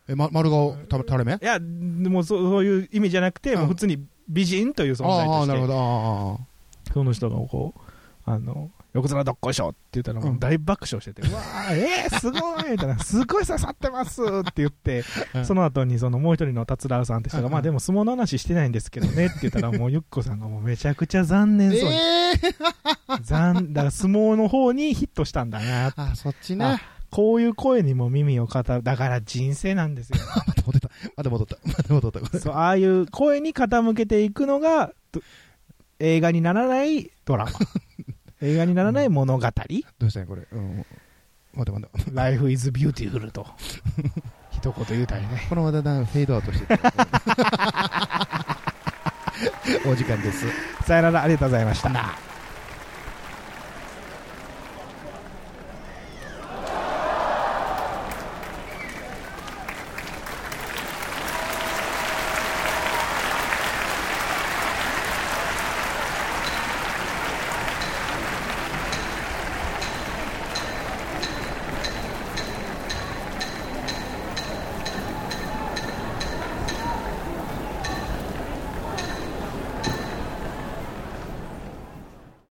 Speaker 3: え、ま、丸顔、た垂れ目
Speaker 2: いやでもうそうそういう意味じゃなくて、
Speaker 3: うん
Speaker 2: もう普通に美人という存在
Speaker 3: あ
Speaker 2: と
Speaker 3: あ、なる
Speaker 2: し
Speaker 3: ほ
Speaker 2: て
Speaker 3: ど。ああああ。
Speaker 2: その人がこうあの横綱どっこいしょって言ったらもう大爆笑して て、うわーえー、すごいみたいなすごい刺さってますって言って、
Speaker 3: うん
Speaker 2: その後にそのもう一人の達郎さんって人が、
Speaker 3: うん
Speaker 2: まあでも相撲の話してないんですけどねって言ったらもうゆっこさんがもうめちゃくちゃ残念そうに、
Speaker 3: ええ
Speaker 2: 残だから相撲の方にヒットしたんだなって
Speaker 3: あ、そっち
Speaker 2: あ
Speaker 3: ね。
Speaker 2: こういう声にも耳を傾だから人生なんですよ
Speaker 3: また戻った。また戻った。また戻った。これ
Speaker 2: そうああいう声に傾けていくのがど映画にならないド ラマ映画にならない物 語
Speaker 3: どうしたんや、これ。うん。待って待っ
Speaker 2: 「
Speaker 3: て。
Speaker 2: Life is beautiful と」一言言うたりね
Speaker 3: このままだんだんフェードアウトしてった。お時間です。
Speaker 2: さよならありがとうございました